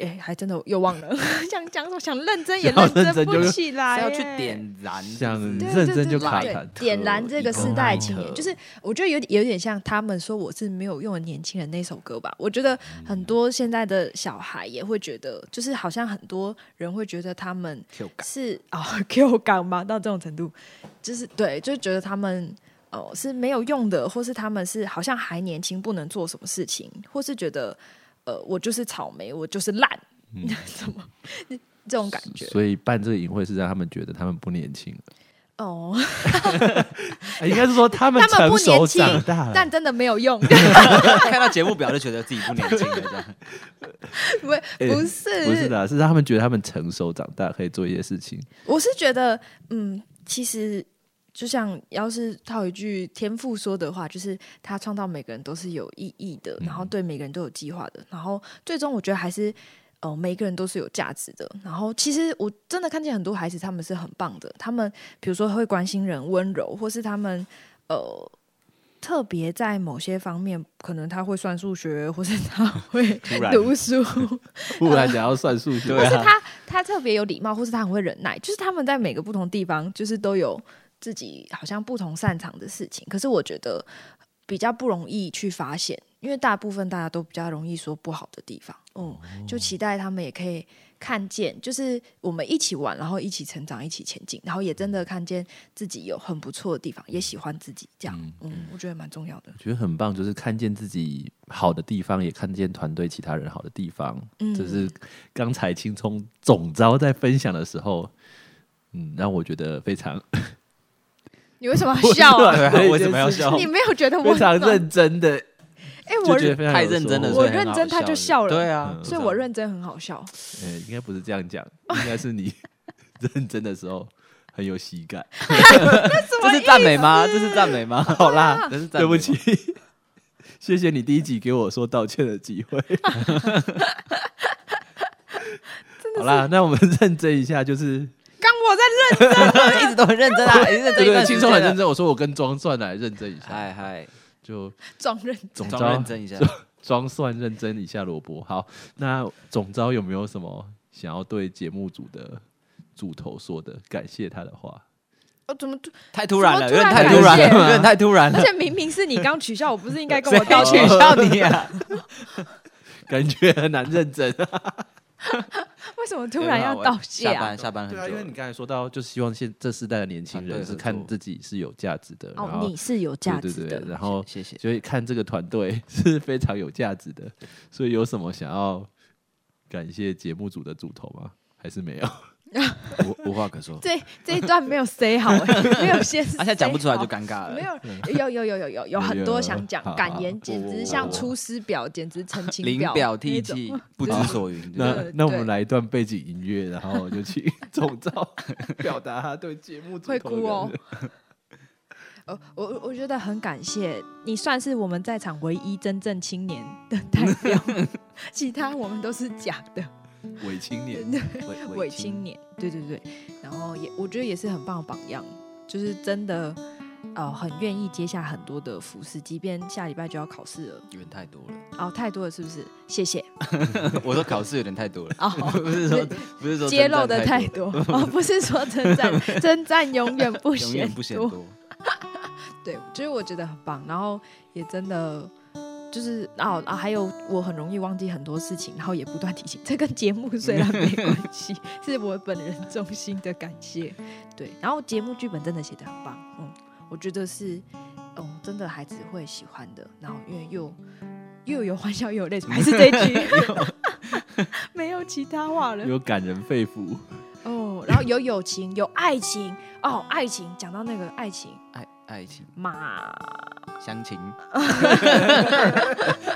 Speaker 1: 哎、还真的又忘了， 想讲说想认真也
Speaker 3: 要
Speaker 1: 认
Speaker 3: 认真就
Speaker 1: 不起来、
Speaker 4: 是要去
Speaker 1: 哎
Speaker 4: 点燃，是
Speaker 3: 想
Speaker 4: 不是
Speaker 1: 对
Speaker 3: 认
Speaker 1: 对
Speaker 3: 真
Speaker 1: 对
Speaker 3: 就
Speaker 1: 对
Speaker 3: 卡
Speaker 1: 对
Speaker 3: 坦特
Speaker 1: 点燃这个
Speaker 4: 一
Speaker 1: 世
Speaker 4: 个
Speaker 1: 代
Speaker 4: 烂
Speaker 1: 青年，
Speaker 4: 车
Speaker 1: 就是我觉得有点有点像他们说我是没有用的年轻人那首歌吧。我觉得
Speaker 3: 嗯
Speaker 1: 很多现在的小孩也会觉得，就是好像很多人会觉得他们
Speaker 4: Q 感
Speaker 1: 是哦 Q 港吗？到这种程度，就是对，就觉得他们。哦，是没有用的，或是他们是好像还年轻，不能做什么事情，或是觉得，呃，我就是草莓，我就是烂，
Speaker 3: 嗯
Speaker 1: 怎么这种感觉？
Speaker 3: 所以办这个营会是让他们觉得他们不年轻 了，
Speaker 1: 哦，
Speaker 3: 哎应该是说他们
Speaker 1: 他们
Speaker 3: 成
Speaker 1: 不
Speaker 3: 熟
Speaker 1: 年轻
Speaker 3: 长大了。
Speaker 1: 但真的没有用。 啊
Speaker 4: 看到节目表就觉得自己不年轻了，这 样
Speaker 1: 不，不是，
Speaker 3: 哎不是的，是让他们觉得他们成熟长大，可以做一些事 情。
Speaker 1: 我是觉得，嗯，其实就像要是套一句天赋说的话，就是他创造每个人都是有意义的，
Speaker 3: 嗯
Speaker 1: 然后对每个人都有计划的，然后最终我觉得还是。呃，每个人都是有价值的。然后，其实我真的看见很多孩子，他们是很棒的。他们比如说会关心人、温柔，或是他们呃特别在某些方面，可能他会算数学，或是他会
Speaker 4: 然
Speaker 1: 读书，
Speaker 3: 不然想要算数学，
Speaker 4: 啊
Speaker 3: 对
Speaker 1: 或是他他特别有礼貌，或是他很会忍耐，就是他们在每个不同地方，就是都有自己好像不同擅长的事情。可是我觉得比较不容易去发现，因为大部分大家都比较容易说不好的地方，嗯，就期待他们也可以看见，就是我们一起玩，然后一起成长，一起前进，然后也真的看见自己有很不错的地方，也喜欢自己，这样，嗯，我觉得蛮重要的，
Speaker 3: 觉得很棒，就是看见自己好的地方，也看见团队其他人好的地方。
Speaker 1: 嗯，
Speaker 3: 这是刚才青葱总招在分享的时候，嗯，让我觉得非常
Speaker 1: 你为什么要笑啊？
Speaker 4: 对啊，为什么要笑？
Speaker 1: 你没有觉得 我
Speaker 3: 非常
Speaker 1: 很
Speaker 3: 认真的，
Speaker 1: 哎、
Speaker 3: 就
Speaker 1: 我
Speaker 3: 觉得非常
Speaker 4: 太
Speaker 3: 有
Speaker 4: 认真了，
Speaker 3: 收获
Speaker 1: 我
Speaker 4: 所以很好
Speaker 1: 认真他就笑了
Speaker 4: 对啊，
Speaker 3: 嗯
Speaker 1: 所以我认真很好笑。
Speaker 3: 呃，应该不是这样讲，应该是你 认真的时候很有喜感。
Speaker 4: 这是赞美吗？这是赞 美吗？好啦，这是赞美
Speaker 3: 对不
Speaker 4: 吗
Speaker 3: 起，谢谢你第一集给我说道歉的机会。好啦，那我们认真一下，就是
Speaker 1: 刚我在认
Speaker 4: 一直都很认真 啊，一直 认真
Speaker 3: 对
Speaker 4: 一
Speaker 3: 对，
Speaker 4: 段时
Speaker 3: 轻
Speaker 4: 间了，
Speaker 3: 松很认真。我说我跟庄算来认真一
Speaker 1: 哎
Speaker 3: 下，
Speaker 4: 嗨嗨，
Speaker 3: 就
Speaker 1: 装认
Speaker 3: 总
Speaker 4: 装
Speaker 3: 招
Speaker 4: 认真一下。
Speaker 3: 装蒜认真一下萝卜。好，那总招有没有什么想要对节目组的组头说的感谢他的话？
Speaker 1: 哦，怎么突？
Speaker 4: 太突然了，有
Speaker 1: 怎么
Speaker 4: 点
Speaker 1: 突
Speaker 4: 太
Speaker 1: 然
Speaker 4: 突然了，
Speaker 1: 感谢
Speaker 4: 有点太突然了
Speaker 1: 而。且明明是你刚取笑我，不是应该跟
Speaker 4: 谁
Speaker 1: 我道
Speaker 4: 取
Speaker 1: 歉？
Speaker 4: 笑你啊？
Speaker 3: 感觉很难认真。啊
Speaker 1: 为什么突然要道谢
Speaker 4: 下
Speaker 1: 啊？
Speaker 4: 班下班很
Speaker 3: 对啊，因为你
Speaker 4: 久，
Speaker 3: 刚才说到，就希望现这世代的年轻
Speaker 4: 团
Speaker 3: 人
Speaker 4: 队
Speaker 3: 是
Speaker 4: 合
Speaker 3: 看
Speaker 4: 作
Speaker 3: 自己是有价值的，然
Speaker 1: 哦，
Speaker 3: 后
Speaker 1: 你是有价值
Speaker 3: 对对对，
Speaker 1: 的。
Speaker 3: 然后
Speaker 4: 谢谢。
Speaker 3: 所以看这个团队 是非常有价值的。所以有什么想要感谢节目组的组头吗？还 是没有？
Speaker 4: 无无话可说，
Speaker 1: 这这一段没有 say 好，没有先 say 好，
Speaker 4: 而且讲不出来就尴尬了。
Speaker 1: 没有，有有有有有有很多想讲
Speaker 3: 好，
Speaker 1: 感言简
Speaker 4: 我
Speaker 1: 直像出师表，简直澄清
Speaker 4: 临
Speaker 1: 表，
Speaker 4: 表涕
Speaker 1: 那
Speaker 4: 泣
Speaker 1: 种，
Speaker 4: 不知所云。对
Speaker 3: 那
Speaker 1: 对
Speaker 3: 那我们
Speaker 1: 对
Speaker 3: 来一段背景音乐，然后就请 总召表达他对节目组
Speaker 1: 会
Speaker 3: 头的
Speaker 1: 哭哦
Speaker 3: 感谢。
Speaker 1: 呃，我我我觉得很感谢你，算是我们在场唯一真正青年的代表，其他我们都是假的。
Speaker 3: 伪青年，
Speaker 4: 伪
Speaker 1: 伪青年，对对对，然后也我觉得也是很棒的榜样，就是真的呃很愿意接下很多的服饰，即便下礼拜就要考试了，
Speaker 4: 有点太多了。
Speaker 1: 哦太多了是不是？谢谢
Speaker 4: 我说考试有点 太多了，
Speaker 1: 哦，
Speaker 4: 不是说不是说
Speaker 1: 揭露的太
Speaker 4: 太
Speaker 1: 多哦，不是说称赞，称赞 永远不
Speaker 4: 永
Speaker 1: 嫌
Speaker 4: 远不嫌
Speaker 1: 多，
Speaker 4: 多。
Speaker 1: 对，就是我觉得很棒，然后也真的。就是哦啊，还有我很容易忘记很多事情，然后也不断提醒。这跟节目虽然没关系，是我本人衷心的感谢。对，然后节目剧本真的写的很棒，嗯，我觉得是，嗯，真的孩子会喜欢的。然后因为又又有欢笑又有泪水，还是这一句，没有其他话了。
Speaker 3: 有感人肺腑。
Speaker 1: 哦，然后有友情，有爱情，哦，爱情，讲到那个爱情，
Speaker 4: 爱爱情
Speaker 1: 妈。
Speaker 4: 乡情，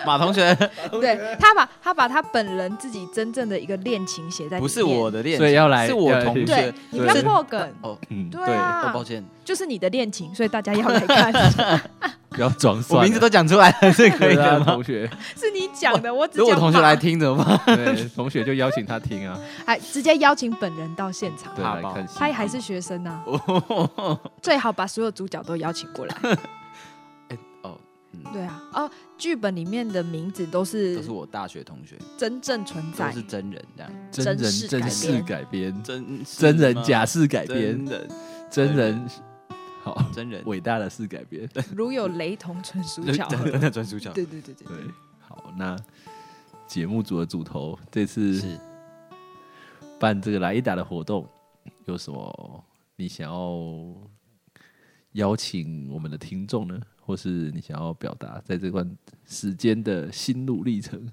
Speaker 4: 马同学
Speaker 1: 对他把他把他本人自己真正的一个恋情写在里面
Speaker 4: 不是我的恋
Speaker 3: 所以
Speaker 4: 情，
Speaker 3: 要来
Speaker 4: 是我同
Speaker 1: 对
Speaker 3: 要
Speaker 4: 学。
Speaker 1: 你不要
Speaker 3: 对
Speaker 1: 破梗，
Speaker 4: 哦，
Speaker 3: 嗯，
Speaker 1: 对
Speaker 4: 哦
Speaker 1: 啊，
Speaker 4: 抱歉，
Speaker 1: 就是你的恋情，所以大家要来 看，
Speaker 3: 不要装蒜
Speaker 4: 我
Speaker 3: 了。
Speaker 4: 名字都讲出来了，是可以
Speaker 3: 对啊，
Speaker 4: 的吗？
Speaker 3: 同学，
Speaker 1: 是你讲的，我只
Speaker 4: 如果
Speaker 1: 讲
Speaker 4: 我同学来听怎么 办？
Speaker 3: 对，同学就邀请他听 啊，
Speaker 1: 还哎直接邀请本人到现场
Speaker 3: 对，，
Speaker 4: 怕
Speaker 3: 来
Speaker 4: 爆
Speaker 3: 看戏。
Speaker 1: 他还是学生啊 呢、最好把所有主角都邀请过来。
Speaker 4: 哦，
Speaker 1: 对啊，哦，剧本里面的名字都是
Speaker 4: 都是我大学同学，
Speaker 1: 真正存
Speaker 4: 都
Speaker 1: 在，
Speaker 4: 是真人这样，
Speaker 3: 真人
Speaker 1: 真事
Speaker 3: 真
Speaker 1: 改
Speaker 3: 事
Speaker 1: 编
Speaker 3: 改编，
Speaker 4: 真
Speaker 3: 真人假事改
Speaker 4: 真
Speaker 3: 编，
Speaker 4: 人
Speaker 3: 真
Speaker 4: 真
Speaker 3: 人好
Speaker 4: 真人
Speaker 3: 伟大的事改编。
Speaker 1: 如有雷同，纯属巧合。
Speaker 4: 真的专属角
Speaker 1: 对对对对
Speaker 3: 对，好，那节目组的主头这次
Speaker 4: 是
Speaker 3: 办这个来一打的活动，有什么你想要邀请我们的听众呢？或是你想要表达在这段时间的心路历程？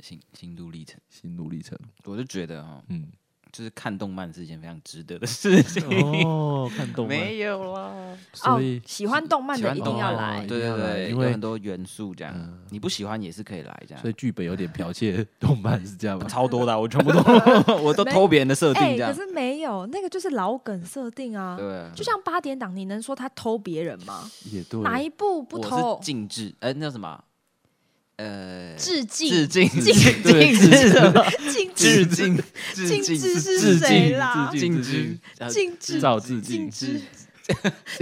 Speaker 4: 心心路历程，
Speaker 3: 心路历程，
Speaker 4: 我就觉得哈，
Speaker 3: 嗯，
Speaker 4: 就是看动漫是一件非常值得的事情。
Speaker 3: 哦，看动漫，
Speaker 4: 没有啦，
Speaker 3: 所以
Speaker 1: 哦，喜欢动漫
Speaker 4: 喜
Speaker 1: 的
Speaker 4: 欢
Speaker 1: 一定要
Speaker 4: 动
Speaker 1: 来
Speaker 4: 对
Speaker 3: 一定要
Speaker 4: 对
Speaker 3: 来
Speaker 4: 对，
Speaker 3: 因
Speaker 4: 因
Speaker 3: 为
Speaker 4: 为很多元素这样，你不喜欢也是可以来这样
Speaker 3: 所以。剧本有点剽窃动漫 是这样吗？
Speaker 4: 超多的啊，我全部都我都偷别人的设定
Speaker 1: 哎、
Speaker 4: 这样
Speaker 1: 可。是没有，那个就是老梗设定啊。
Speaker 4: 对啊，
Speaker 1: 就像八点档，你能说他偷别人吗？
Speaker 3: 也对，
Speaker 1: 哪一部不
Speaker 4: 我
Speaker 1: 偷
Speaker 4: 是？禁制，哎，那叫什么啊？呃，
Speaker 1: 致
Speaker 4: 致
Speaker 1: 敬，
Speaker 4: 敬，
Speaker 1: 敬
Speaker 4: 对
Speaker 1: 敬
Speaker 4: 致
Speaker 1: 敬
Speaker 4: 敬，致
Speaker 1: 之，
Speaker 4: 敬，
Speaker 1: 敬之
Speaker 3: 致
Speaker 1: 是
Speaker 3: 敬
Speaker 1: 谁啦？
Speaker 3: 致
Speaker 4: 敬
Speaker 3: 敬致敬
Speaker 4: 之，呃
Speaker 1: 敬之，
Speaker 3: 照致
Speaker 1: 敬，
Speaker 3: 敬
Speaker 1: 之。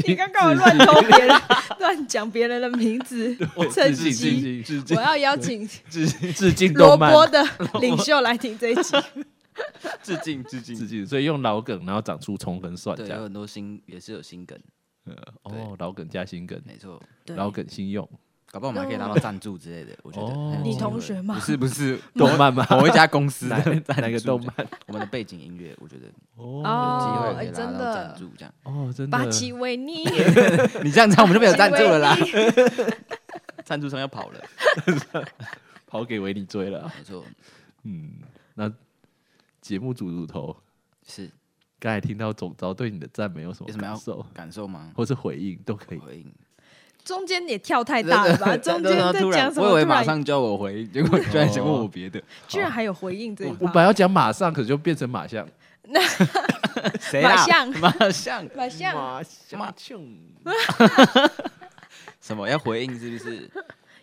Speaker 1: 你刚刚有乱偷别人， 乱讲别人的名字，趁
Speaker 3: 哦致敬
Speaker 1: 机。
Speaker 3: 致敬
Speaker 1: 我要邀请
Speaker 3: 致 敬
Speaker 1: 萝
Speaker 3: 动 漫，
Speaker 1: 卜的领袖来听这一集。
Speaker 4: 致敬，致敬
Speaker 3: 致。敬，所以用老梗，然后长出虫跟蒜这
Speaker 4: 对，有
Speaker 3: 样。
Speaker 4: 很多新，也是有新梗，
Speaker 3: 哦，老梗加新梗，
Speaker 4: 没错。
Speaker 1: 对
Speaker 3: 老梗新用，
Speaker 4: 搞不好我们还可以拿到赞助之类的，我觉得
Speaker 3: 哦
Speaker 4: 很有
Speaker 1: 哦你
Speaker 4: 机会。
Speaker 1: 同学吗
Speaker 4: 不是 不是，
Speaker 3: 动漫吗？
Speaker 4: 某一家公司
Speaker 3: 哪
Speaker 4: 的赞
Speaker 3: 哪个
Speaker 4: 助
Speaker 3: 动
Speaker 4: 这样？我们的背景音乐，我觉得有机
Speaker 1: 哦
Speaker 4: 会
Speaker 1: 哎
Speaker 4: 可以拿
Speaker 1: 真
Speaker 4: 到
Speaker 1: 的
Speaker 4: 赞助这样。
Speaker 3: 哦，真的
Speaker 1: 巴，奇维尼，
Speaker 4: 你这样唱我们就没有赞助了啦
Speaker 1: 巴，
Speaker 4: 赞助商要跑了，
Speaker 3: 跑给维尼追了。
Speaker 4: 没错，
Speaker 3: 嗯，那节目组组头
Speaker 4: 是
Speaker 3: 刚才听到总招对你的赞美有什么
Speaker 4: 有什么
Speaker 3: 感
Speaker 4: 要
Speaker 3: 受，
Speaker 4: 感受吗？
Speaker 3: 或是回应都可以。
Speaker 4: 回应
Speaker 1: 中间也跳太大了吧？中间
Speaker 4: 真的
Speaker 1: 在
Speaker 4: 突然
Speaker 1: 讲什么？
Speaker 4: 我以为
Speaker 1: 突然
Speaker 4: 马上叫我回应，结果居然先问我别的，
Speaker 1: 居然还有回应这一
Speaker 3: 我
Speaker 1: 趴
Speaker 3: 本来要讲马上，可是就变成马像，
Speaker 4: 谁啦？
Speaker 1: 马象
Speaker 4: 马象
Speaker 1: 马上
Speaker 3: 马像，
Speaker 4: 什么要回应是不是？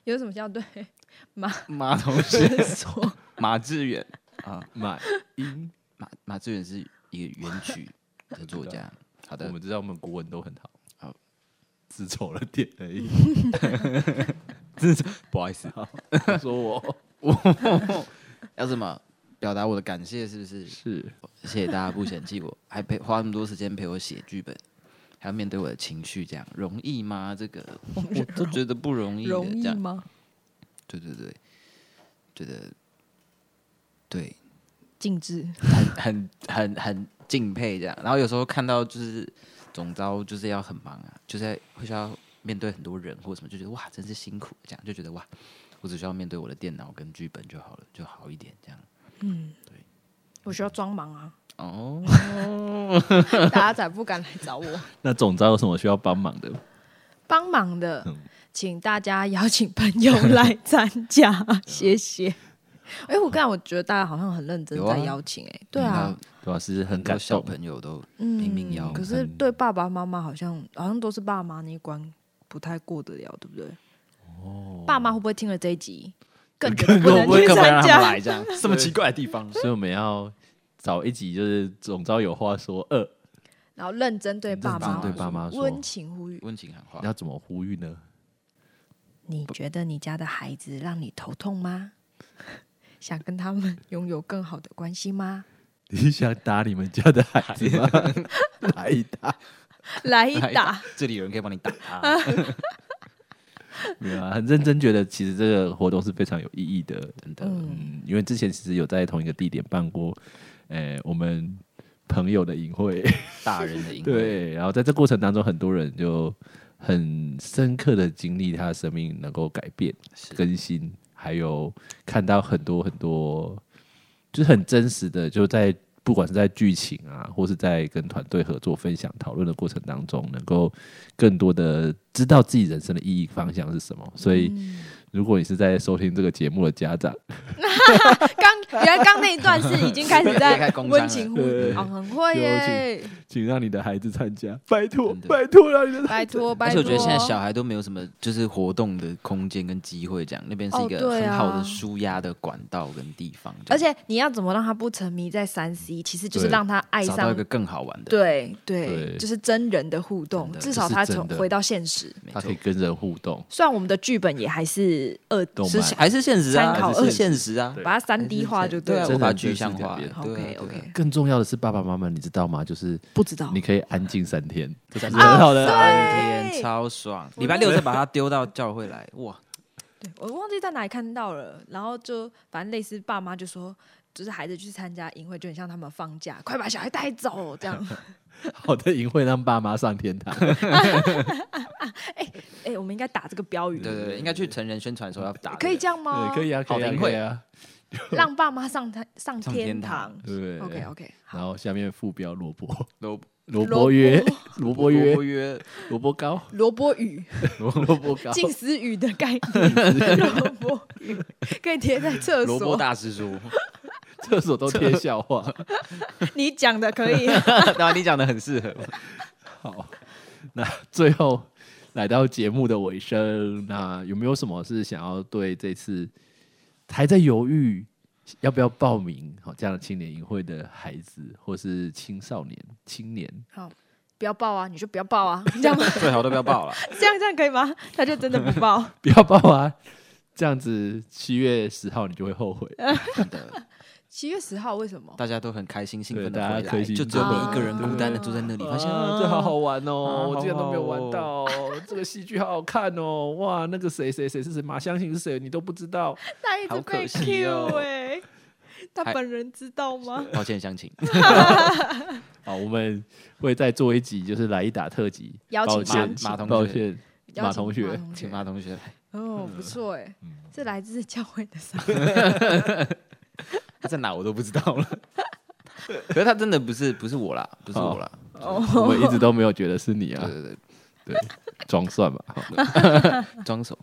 Speaker 1: 有什么要对马
Speaker 4: 马同学，
Speaker 1: 说？
Speaker 4: 马致远啊，
Speaker 3: 马 英。
Speaker 4: 马马致远是一个原曲的作 家。好
Speaker 3: 我
Speaker 4: 的，
Speaker 3: 们知道我们国文都很好，
Speaker 4: 好，
Speaker 3: 只丑了点而已。
Speaker 4: 不好意思，
Speaker 3: 我 说我
Speaker 4: 要怎么表达我的感谢？是不是？
Speaker 3: 是
Speaker 4: 谢谢大家不嫌弃我，还陪花那么多时间陪我写剧本，还要面对我的情绪，这样容易吗？这个我都觉得不容易的，
Speaker 1: 容
Speaker 4: 这
Speaker 1: 易
Speaker 4: 样
Speaker 1: 吗？
Speaker 4: 对对对，觉得对，
Speaker 1: 禁止
Speaker 4: 很很很很敬佩这样。然后有时候看到就是总招就是要很忙啊，就是在会需要面对很多人或什么，就觉得哇，真是辛苦这样，就觉得哇，我只需要面对我的电脑跟剧本就好了，就好一点这样。
Speaker 1: 我需要装忙啊，
Speaker 4: 哦，
Speaker 1: 大家才不敢来找我
Speaker 3: 那总招有什么需要帮忙的？
Speaker 1: 帮忙的，请大家邀请朋友来参加，谢谢。哎，我刚才我觉得大家好像很认真
Speaker 4: 有啊
Speaker 1: 在邀请，哎，对啊
Speaker 4: 很，
Speaker 3: 对啊，是很
Speaker 4: 多
Speaker 3: 感
Speaker 4: 小
Speaker 3: 动。
Speaker 4: 朋友都
Speaker 1: 嗯
Speaker 4: 拼命邀
Speaker 1: 可是对爸爸妈妈好像好像都是爸妈那一关不太过得了，对不对？哦，爸妈会不会听了这一集更觉得不能去
Speaker 4: 更
Speaker 1: 参
Speaker 4: 让他们
Speaker 1: 加？
Speaker 4: 来 这样，什么奇怪的地方？
Speaker 3: 所以我们要找一集，就是总招有话说呃二，
Speaker 1: 然后认真对爸
Speaker 4: 认
Speaker 1: 妈
Speaker 4: 真
Speaker 3: 对爸妈说
Speaker 1: 温，情呼吁。
Speaker 4: 温情喊话
Speaker 3: 你，要怎么呼吁呢？
Speaker 1: 你觉得你家的孩子让你头痛吗？ 想跟他们拥有更好的关系 吗？
Speaker 3: 你想打你们家的孩子 吗？来打，
Speaker 1: 来一
Speaker 4: 来
Speaker 1: 打，
Speaker 4: 这里有人可以帮你打他。
Speaker 1: 啊
Speaker 3: 没有啊，很认真觉得其实这个活动是非常有意义的，真的。嗯，因为之前其实有在同一个地点办过，呃，我们朋友的营会，
Speaker 4: 大人 的音乐，
Speaker 3: 对，然后在这过程当中，很多人就很深刻的经历他的生命能够改变、更新，还有看到很多很多，就是很真实的，就在不管是在剧情啊，或是在跟团队合作、分享、讨论的过程当中，能够更多的知道自己
Speaker 1: 嗯
Speaker 3: 人生的意义方向是什么。所以，如果你是在收听这个节目的家长，
Speaker 1: 刚原来刚那一段是已经开始
Speaker 4: 开
Speaker 1: 在
Speaker 4: 始工商了
Speaker 1: 温情呼吁，
Speaker 3: 对
Speaker 1: 哦，很会耶，
Speaker 3: 请让你的孩子参加，拜托
Speaker 4: 真，的
Speaker 3: 拜托让你的
Speaker 1: 拜托拜
Speaker 4: 而
Speaker 1: 托。
Speaker 4: 且我觉得现在小孩都没有什么就是活动的空间跟机会，这样那边是一
Speaker 1: 哦
Speaker 4: 个
Speaker 1: 对
Speaker 4: 很
Speaker 1: 啊
Speaker 4: 好的舒压的管道跟地方，这
Speaker 1: 而
Speaker 4: 样
Speaker 1: 且你要怎么让他不沉迷在三 C，其实就是
Speaker 3: 对
Speaker 1: 让他爱
Speaker 4: 找到
Speaker 1: 上
Speaker 4: 一个更好玩的，，
Speaker 1: 对对，
Speaker 3: 对
Speaker 1: 就是真人的互动，
Speaker 4: 真的
Speaker 1: 至少
Speaker 3: 这是
Speaker 1: 他
Speaker 3: 真
Speaker 1: 从
Speaker 3: 的
Speaker 1: 回到现实。
Speaker 4: 没
Speaker 3: 他可
Speaker 4: 错
Speaker 3: 以，跟人互动，
Speaker 1: 虽然我们的剧本也还是二，
Speaker 3: 动
Speaker 4: 是
Speaker 3: 漫
Speaker 4: 还是现实啊，
Speaker 1: 参考
Speaker 4: 还
Speaker 1: 二
Speaker 4: 是
Speaker 1: 十
Speaker 4: 现实啊，
Speaker 1: 把它三 D 化就
Speaker 4: 对
Speaker 1: 了
Speaker 4: 啊，。
Speaker 3: 真
Speaker 4: 我把它
Speaker 3: 人
Speaker 4: 具
Speaker 3: 真实
Speaker 4: 象
Speaker 3: 改
Speaker 4: 化
Speaker 3: 编
Speaker 4: 对啊对
Speaker 1: OK
Speaker 4: 啊
Speaker 1: OK，
Speaker 3: 更重要的是，爸爸妈妈，你知道吗？就是
Speaker 1: 不知道
Speaker 3: 你可以安静三天，这才是
Speaker 1: 啊
Speaker 3: 很好的。
Speaker 4: 三天超爽，礼拜六再把它丢到教会来，哇，
Speaker 1: 对我忘记在哪里看到了，然后就反正类似爸妈就说，就是孩子去参加营会，就很像他们放假，快把小孩带 走这样。
Speaker 3: 好的营会让爸妈上天堂。
Speaker 1: 哎、我们应该打这个标语，
Speaker 4: 对对对，应该去成人宣传的时候要打，
Speaker 1: 可以这
Speaker 4: 样，
Speaker 1: 样吗？
Speaker 3: 对，可以啊，可
Speaker 4: 好
Speaker 3: 以啊，
Speaker 4: 的
Speaker 3: 可以啊，
Speaker 1: 让爸妈上天上
Speaker 4: 上
Speaker 1: 天
Speaker 4: 天
Speaker 1: 堂。
Speaker 3: 对不对
Speaker 1: OK OK，
Speaker 3: 然后下面副标萝卜，
Speaker 4: 萝卜
Speaker 1: 萝
Speaker 3: 萝
Speaker 1: 卜
Speaker 3: 卜约，萝卜约
Speaker 4: 萝，卜约，
Speaker 3: 萝卜糕，
Speaker 1: 萝卜雨、
Speaker 3: 萝萝卜糕，
Speaker 1: 近似雨的概念， 萝卜雨可以贴在厕
Speaker 4: 萝卜
Speaker 1: 所。
Speaker 4: 大 师叔，
Speaker 3: 厕所都贴笑话。
Speaker 1: 你讲的可以，
Speaker 4: 然后你讲的很适合，
Speaker 3: 好，那最后来到节目的尾声，那有没有什么是想要对这次还在犹豫要不要报名好这样的青年营会的孩子，或是青少年、青年，
Speaker 1: 好，不要报啊，你就不要报啊，这样吗？
Speaker 4: 最好都不要报了，
Speaker 1: 这样这样可以吗？他就真的不 报。
Speaker 3: 不要报啊！这样子七月十号你就会后 悔。
Speaker 4: 真的，
Speaker 1: 七月十号为什么？
Speaker 4: 大家都很开心兴奋
Speaker 3: 对
Speaker 4: 的
Speaker 3: 大家
Speaker 4: 回
Speaker 3: 开
Speaker 4: 来，
Speaker 3: 心
Speaker 4: 就只有你一个人
Speaker 1: 啊对
Speaker 4: 孤单的坐在那里，发现
Speaker 3: 啊这好好玩
Speaker 4: 啊
Speaker 3: 哦！我之前都没有玩到
Speaker 4: 好
Speaker 3: 哦，这个戏剧好好看哦！ 哇，那个谁谁谁是谁，马相信是谁，你都不知道。
Speaker 1: 他一直
Speaker 4: 好可
Speaker 1: 被
Speaker 4: 惜
Speaker 1: Q
Speaker 4: 哦
Speaker 1: 哎、 他
Speaker 4: 还
Speaker 1: 本人知道吗？
Speaker 4: 抱歉相亲，
Speaker 3: 好，我们会再做一集，就是来一打特辑，
Speaker 1: 邀请
Speaker 3: 抱歉，
Speaker 4: 马马同学
Speaker 3: 抱歉，
Speaker 1: 邀
Speaker 3: 马
Speaker 1: 请
Speaker 3: 同学，
Speaker 4: 请马嗯同学来，
Speaker 1: 哦，不错哎、是来自教会的伤。
Speaker 4: 他在哪我都不知道了。 可是他真的不是不是我啦，不是我啦，
Speaker 1: 哦
Speaker 3: 我们一直都没有觉得是你
Speaker 4: 对
Speaker 3: 啊，
Speaker 4: 对对，
Speaker 3: 装蒜吧。好
Speaker 4: 装手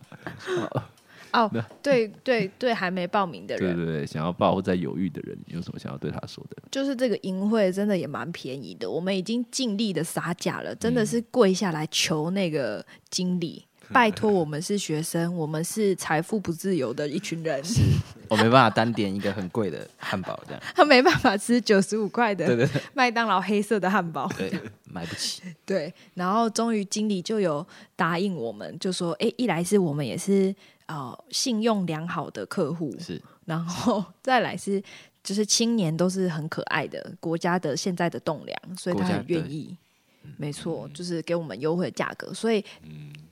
Speaker 1: 哦，对对对，还没报名的
Speaker 3: 对
Speaker 1: 人，
Speaker 3: 对对，想要报或在犹豫的人，有什么想要对他说的？
Speaker 1: 就是这个淫会真的也蛮便宜的，我们已经尽力的撒假
Speaker 4: 嗯
Speaker 1: 了，真的是跪下来求那个经理。
Speaker 4: 嗯
Speaker 1: 拜托，我们是学生，我们是财富不自由的一群人，
Speaker 4: 我没办法单点一个很贵的汉堡 这样，
Speaker 1: 他没办法吃九十五块
Speaker 4: 对
Speaker 1: 的
Speaker 4: 对对
Speaker 1: 麦当劳黑色的汉堡。
Speaker 4: 对，买不起，
Speaker 1: 对，然后终于经理就有答应我们，就说：“哎，一来是我们也是呃信用良好的客户，
Speaker 4: 是，
Speaker 1: 然后 再来是就是青年都是很可爱的，国家的现在的栋梁，所以
Speaker 4: 国
Speaker 1: 他
Speaker 4: 家
Speaker 1: 很愿
Speaker 4: 对嗯
Speaker 1: 意。没错，就是给我们优惠的价格，所以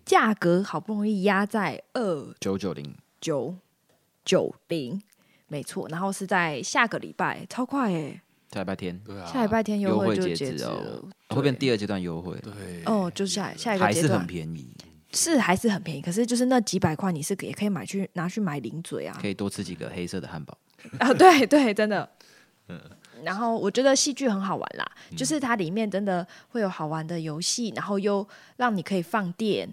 Speaker 1: 价格好不容易压在二
Speaker 4: 九九零，
Speaker 1: 九九零，没错。然后是在下个礼拜，超快哎、
Speaker 4: 下礼拜天
Speaker 1: 下礼拜天优
Speaker 4: 啊优
Speaker 1: 惠
Speaker 4: 惠
Speaker 1: 就
Speaker 4: 截
Speaker 1: 截止
Speaker 4: 止
Speaker 1: 了
Speaker 4: 哦，，会变
Speaker 1: 对
Speaker 4: 第二阶段优惠，
Speaker 1: 哦，就下下一个
Speaker 4: 还
Speaker 1: 阶
Speaker 4: 是
Speaker 1: 段
Speaker 4: 很便宜，
Speaker 1: 是还是很便宜，可是就是那几百块，你是也可以买去拿去买零嘴啊
Speaker 4: 可。以多吃几个黑色的汉堡，
Speaker 1: 啊，对 对，真的。
Speaker 4: 嗯
Speaker 1: 然后我觉得戏剧很好玩啦，就是它里面真的会有好玩的游戏，然后又让你可以放电。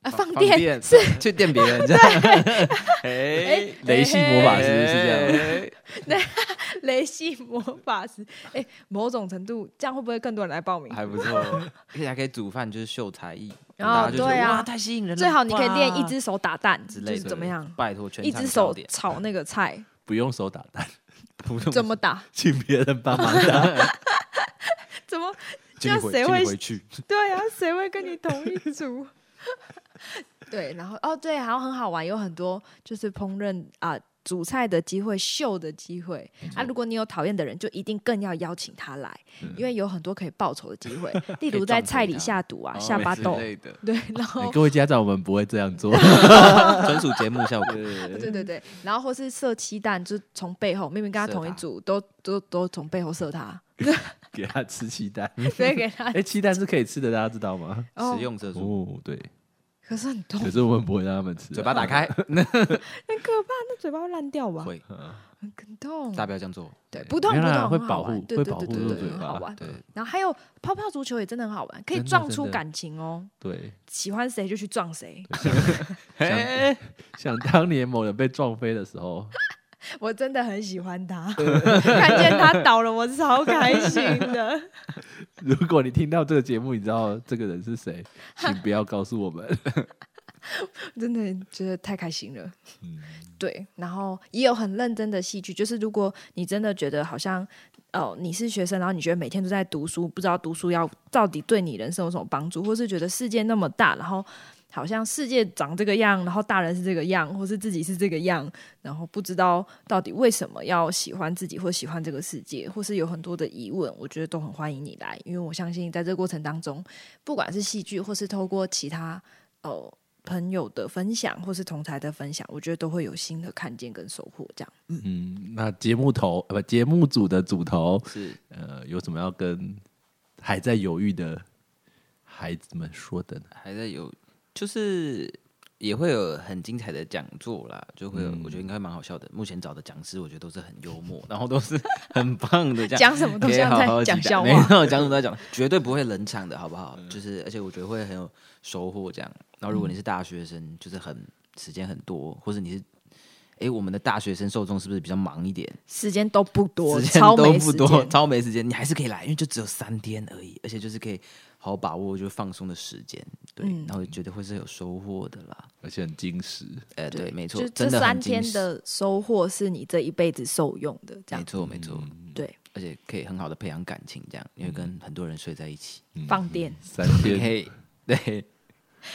Speaker 1: 啊，放电是
Speaker 4: 去嗯电别人这样， 哎，
Speaker 3: 雷系魔法师是这样，
Speaker 4: 样，
Speaker 1: 雷系魔法师，哎，某种程度这样会不会更多人来报
Speaker 3: 哎
Speaker 1: 名？
Speaker 4: 还不错，而且还可以煮饭，就是秀才艺，
Speaker 1: 哦
Speaker 4: 大家就觉得
Speaker 1: 对啊
Speaker 4: 哇太吸引人了 吧，
Speaker 1: 最好你可以练一只手打蛋
Speaker 4: 之
Speaker 1: 就
Speaker 4: 类
Speaker 1: 是
Speaker 4: 的，
Speaker 1: 怎么样？
Speaker 4: 拜托，全
Speaker 1: 一
Speaker 4: 场
Speaker 1: 只
Speaker 4: 焦
Speaker 1: 手
Speaker 4: 点
Speaker 1: 炒那个 菜
Speaker 3: 不用手打蛋，不用
Speaker 1: 怎么打？
Speaker 3: 请别人帮忙 打，
Speaker 1: 怎么？这
Speaker 4: 经理
Speaker 1: 样
Speaker 4: 回
Speaker 1: 谁
Speaker 4: 经理
Speaker 1: 会
Speaker 4: 回去？
Speaker 1: 对啊，谁会跟你同一组？ 对，然后哦，对，然后很好玩，有很多就是烹饪啊、煮菜的机会、秀的机会啊。如果你有讨厌的人，就一定更要邀请他来，因为有很多可以报仇的机 会，例
Speaker 4: 可以
Speaker 1: 如在
Speaker 4: 撞
Speaker 1: 菜
Speaker 4: 鬼
Speaker 1: 里
Speaker 4: 他
Speaker 1: 下毒啊、
Speaker 4: 哦
Speaker 1: 下巴
Speaker 4: 之
Speaker 1: 豆，
Speaker 4: 类的，
Speaker 1: 对，然后
Speaker 3: 哎各位家长，我们不会这样 做。
Speaker 4: 专属节目效果，
Speaker 1: 对对对，然后或是射鸡蛋，就是从背后，明明跟他
Speaker 4: 射
Speaker 1: 同一
Speaker 4: 他
Speaker 1: 组，都都都从背后射他，
Speaker 3: 给他吃 鸡蛋，
Speaker 1: 所以给他
Speaker 3: 哎、鸡蛋是可以吃的，大家知道吗？
Speaker 1: 哦
Speaker 4: 实，用色素，
Speaker 3: 哦，对，
Speaker 1: 可是很痛
Speaker 3: 可，是我们不会让他们吃、啊
Speaker 4: 嘴巴打，开，
Speaker 1: 很可怕，那嘴巴会烂掉吧？
Speaker 4: 会，
Speaker 1: 很痛，
Speaker 4: 大家不要这样做。
Speaker 1: 对，不痛
Speaker 3: 没
Speaker 1: 不
Speaker 3: 有啦
Speaker 1: 痛，
Speaker 3: 会
Speaker 1: 很好
Speaker 3: 保
Speaker 1: 玩
Speaker 3: 护
Speaker 1: 对
Speaker 3: 会
Speaker 1: 对
Speaker 3: 保
Speaker 1: 对
Speaker 3: 护
Speaker 1: 对
Speaker 3: 住
Speaker 1: 对，
Speaker 3: 嘴
Speaker 1: 很
Speaker 3: 巴
Speaker 1: 好玩。
Speaker 4: 对，
Speaker 1: 然后还有泡泡足球也真的很好玩，可以
Speaker 3: 真的
Speaker 1: 撞出
Speaker 3: 真的
Speaker 1: 感情哦，
Speaker 3: 对，
Speaker 1: 喜欢谁就去撞谁。
Speaker 3: 想当年某人被撞飞的时候，
Speaker 1: 我真的很喜欢 他，看见他倒了，我超开心的。
Speaker 3: 如果你听到这个节目，你知道这个人是谁，请不要告诉我们。
Speaker 1: 真的觉得太开心了。对，然后也有很认真的戏剧，就是如果你真的觉得好像哦你是学生，然后你觉得每天都在读书，不知道读书要到底对你人生有什么帮助，或是觉得世界那么大，然后好像世界长这个样，然后大人是这个样，或是自己是这个样，然后不知道到底为什么要喜欢自己或喜欢这个世界，或是有很多的疑问，我觉得都很欢迎你来，因为我相信在这个过程当中，不管是戏剧或是透过其他哦。朋友的分享，或是同台的分享，我觉得都会有新的看见跟收获。这样，
Speaker 3: 嗯， 那节目头呃不，节目组的组头
Speaker 4: 是
Speaker 3: 呃，有什么要跟还在犹豫的孩子们说的呢？
Speaker 4: 还在有，就是也会有很精彩的讲座啦，就会有、我觉得应该蛮好笑的。目前找的讲师，我觉得都是很幽默， 然后都是很棒的这样
Speaker 1: 讲什么都
Speaker 4: 可以
Speaker 1: 像
Speaker 4: 好
Speaker 1: 在
Speaker 4: 好
Speaker 1: 讲
Speaker 4: 期待
Speaker 1: 笑话
Speaker 4: 没有讲什么都在讲，绝对不会冷场的好不好？就是而且我觉得会很有收获这样。然后如果你是大学生，就是很时间很多，或者你是。哎，我们的大学生受众是不是比较忙一点？
Speaker 1: 时间都不多，
Speaker 4: 时间
Speaker 1: 超
Speaker 4: 都
Speaker 1: 没
Speaker 4: 不
Speaker 1: 时
Speaker 4: 多，
Speaker 1: 间。
Speaker 4: 超没时间，你还是可以来，因为就只有三天而已，而且就是可以好好把握，就是放松的时间，对，
Speaker 1: 嗯
Speaker 4: 然后觉得会是有收获的啦，
Speaker 3: 而且很矜持，
Speaker 4: 哎、对，没错
Speaker 1: 就，
Speaker 4: 真
Speaker 1: 这
Speaker 4: 的很
Speaker 1: 三
Speaker 4: 惊
Speaker 1: 天
Speaker 4: 喜，
Speaker 1: 的收获是你这一辈子受用的。这
Speaker 4: 没
Speaker 1: 样，
Speaker 4: 错，没错，
Speaker 1: 对，
Speaker 4: 而且可以很好的培养感情，这样，因为
Speaker 1: 嗯
Speaker 4: 跟很多人睡在一起，
Speaker 1: 放电。
Speaker 3: 嗯三
Speaker 4: 你可
Speaker 3: 天
Speaker 4: 以，对。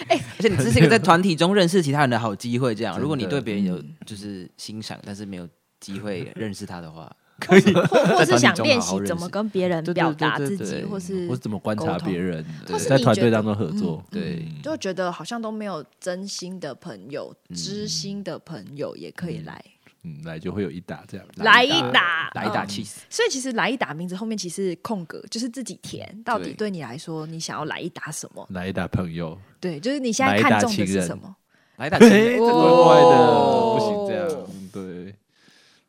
Speaker 4: 哎、而且你这是一个在团体中认识其他人的好机会。这样，如果你对别人有
Speaker 1: 嗯
Speaker 4: 就是欣赏，但是没有机会认识他的话，
Speaker 1: 或或是想
Speaker 4: 嗯在团体中好好
Speaker 1: 练习
Speaker 4: 认识
Speaker 1: 怎么跟别人
Speaker 4: 对对
Speaker 1: 表达
Speaker 4: 对
Speaker 1: 自
Speaker 4: 对
Speaker 1: 己，
Speaker 4: 对
Speaker 1: 或是
Speaker 3: 我怎么观察
Speaker 1: 沟通
Speaker 3: 别人的，
Speaker 1: 或是
Speaker 3: 在
Speaker 1: 你
Speaker 3: 团
Speaker 1: 觉
Speaker 3: 队
Speaker 1: 得
Speaker 3: 当中合作，
Speaker 4: 对，
Speaker 1: 嗯就觉得好像都没有真心的朋友、
Speaker 4: 嗯
Speaker 1: 知心的朋友也可以来
Speaker 3: 嗯，来就会有一打这样，
Speaker 1: 来一打，
Speaker 4: 来一打
Speaker 1: 嗯
Speaker 4: 气死，
Speaker 1: 所以其实来一打名字后面其实是空格，就是自己填。到底对你来说，你想要来一打什么？
Speaker 3: 来一打朋友，
Speaker 1: 对，就是你现在
Speaker 3: 来一打
Speaker 1: 看中的
Speaker 3: 情
Speaker 1: 是
Speaker 3: 人
Speaker 1: 什么？
Speaker 4: 来一打气死，
Speaker 3: 哎这怪怪的，不行这样，嗯对，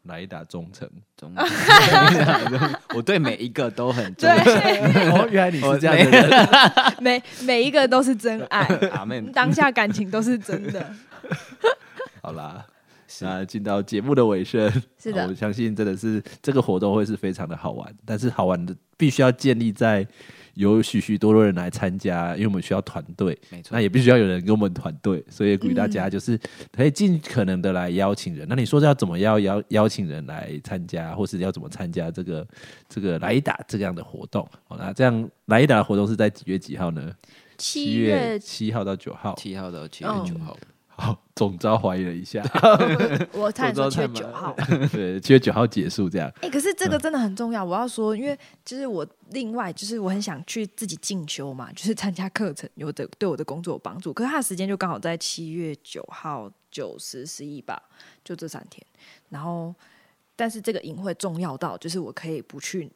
Speaker 3: 来一打忠诚，
Speaker 4: 中我对每一个都很忠 诚。
Speaker 1: 对，
Speaker 3: 哦，原来你是这样的人，
Speaker 1: 每每一个都是真 爱，
Speaker 4: 阿妹，
Speaker 1: 当下感情都是真的。
Speaker 3: 好 啦，那进到节目的尾声，
Speaker 1: 是的
Speaker 3: 我相信真的是这个活动会是非常的好玩，但是好玩的必须要建立在有许许多多人来参加，因为我们需要团队，
Speaker 4: 没错
Speaker 3: 那也必须要有人跟我们团队，所以鼓励大
Speaker 1: 嗯
Speaker 3: 家就是可以尽可能的来邀请人。那你说要怎么要邀邀请人来参加，或是要怎么参加这个这个来一打这样的活动？好，那这样来一打的活动是在几月几号呢？
Speaker 1: 七
Speaker 3: 月
Speaker 1: 月，
Speaker 3: 七号到九号。
Speaker 4: 七号到七月
Speaker 1: 嗯
Speaker 4: 九号，
Speaker 3: 好，总招怀疑了一下，
Speaker 1: 啊我差点说七月九号。
Speaker 3: 对，七月九号结束这样。
Speaker 1: 哎、可是
Speaker 3: 嗯
Speaker 1: 这个真的很重要，我要说，因为就是我另外就是我很想去自己进修嘛，就是参加课程，有的对我的工作有帮助。可是他的时间就刚好在七月九号、九十、十一吧，就这三天。然后，但是这个营会重要到，就是我可以不去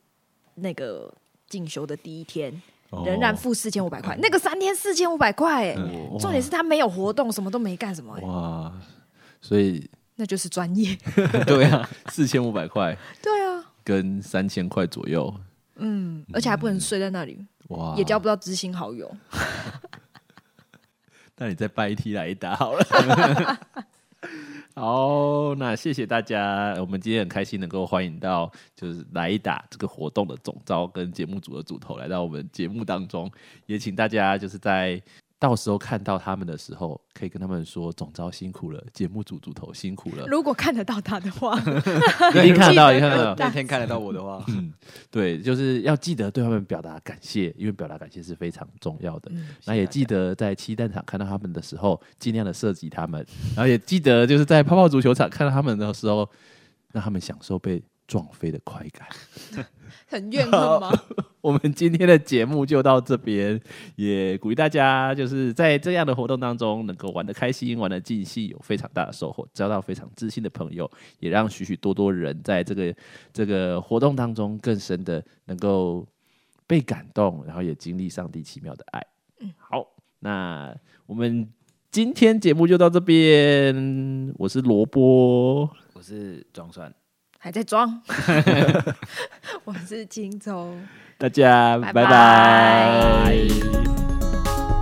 Speaker 1: 那个进修的第一天，仍然付四千五百块， 那个三天四千五百块、哎、
Speaker 3: 哦嗯
Speaker 1: 重点是他没有活动，什么都没干，什么、哎
Speaker 3: 哇，所 以
Speaker 1: 那就是专业。
Speaker 3: 对啊，四千五百块
Speaker 1: 对啊，
Speaker 3: 跟三千块左右，
Speaker 1: 嗯，而且还不能睡在那里，
Speaker 3: 哇，
Speaker 1: 也交不到知心好友。
Speaker 3: 那你再拜一梯来一打好了。 好，那谢谢大家，我们今天很开心能够欢迎到就是来一打这个活动的总招跟节目组的组头来到我们节目当中，也请大家就是在到时候看到他们的时候，可以跟他们说总招辛苦了，节目组组头辛苦 了，
Speaker 1: 如果看得到他的话，
Speaker 3: 一定看得到，一
Speaker 1: 记得
Speaker 3: 定看得到。
Speaker 4: 哦那嗯天看得到我的话，
Speaker 3: 对，就是要记得对他们表达感谢，因为表达感谢是非常重要的。
Speaker 1: 嗯
Speaker 3: 那也记得在七蛋场看到他们的时候，尽量的涉及他们， 然后也记得就是在泡泡足球场看到他们的时候，让他们享受被撞飞的快感。
Speaker 1: 很怨恨吗？
Speaker 3: 我们今天的节目就到这边，也鼓励大家就是在这样的活动当中能够玩得开心、玩得尽兴，有非常大的收获，交到非常知心的朋友，也让许许多多人在这个这个活动当中更深的能够被感动，然后也经历上帝奇妙的爱。嗯，好，那我们今天节目就到这边，我是萝卜，
Speaker 4: 我是装蒜，
Speaker 1: 还在 装，我是荆州。
Speaker 3: 大家
Speaker 1: 拜拜
Speaker 3: 拜拜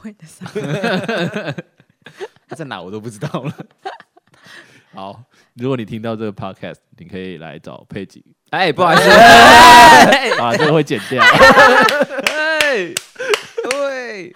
Speaker 1: 会的伤。
Speaker 4: 他在哪我都不知道了。
Speaker 3: 好，如果你听到这个 podcast，你可以来找佩锦
Speaker 4: 哎，不好意思， 哎
Speaker 3: 啊，这个会剪掉。
Speaker 4: 对，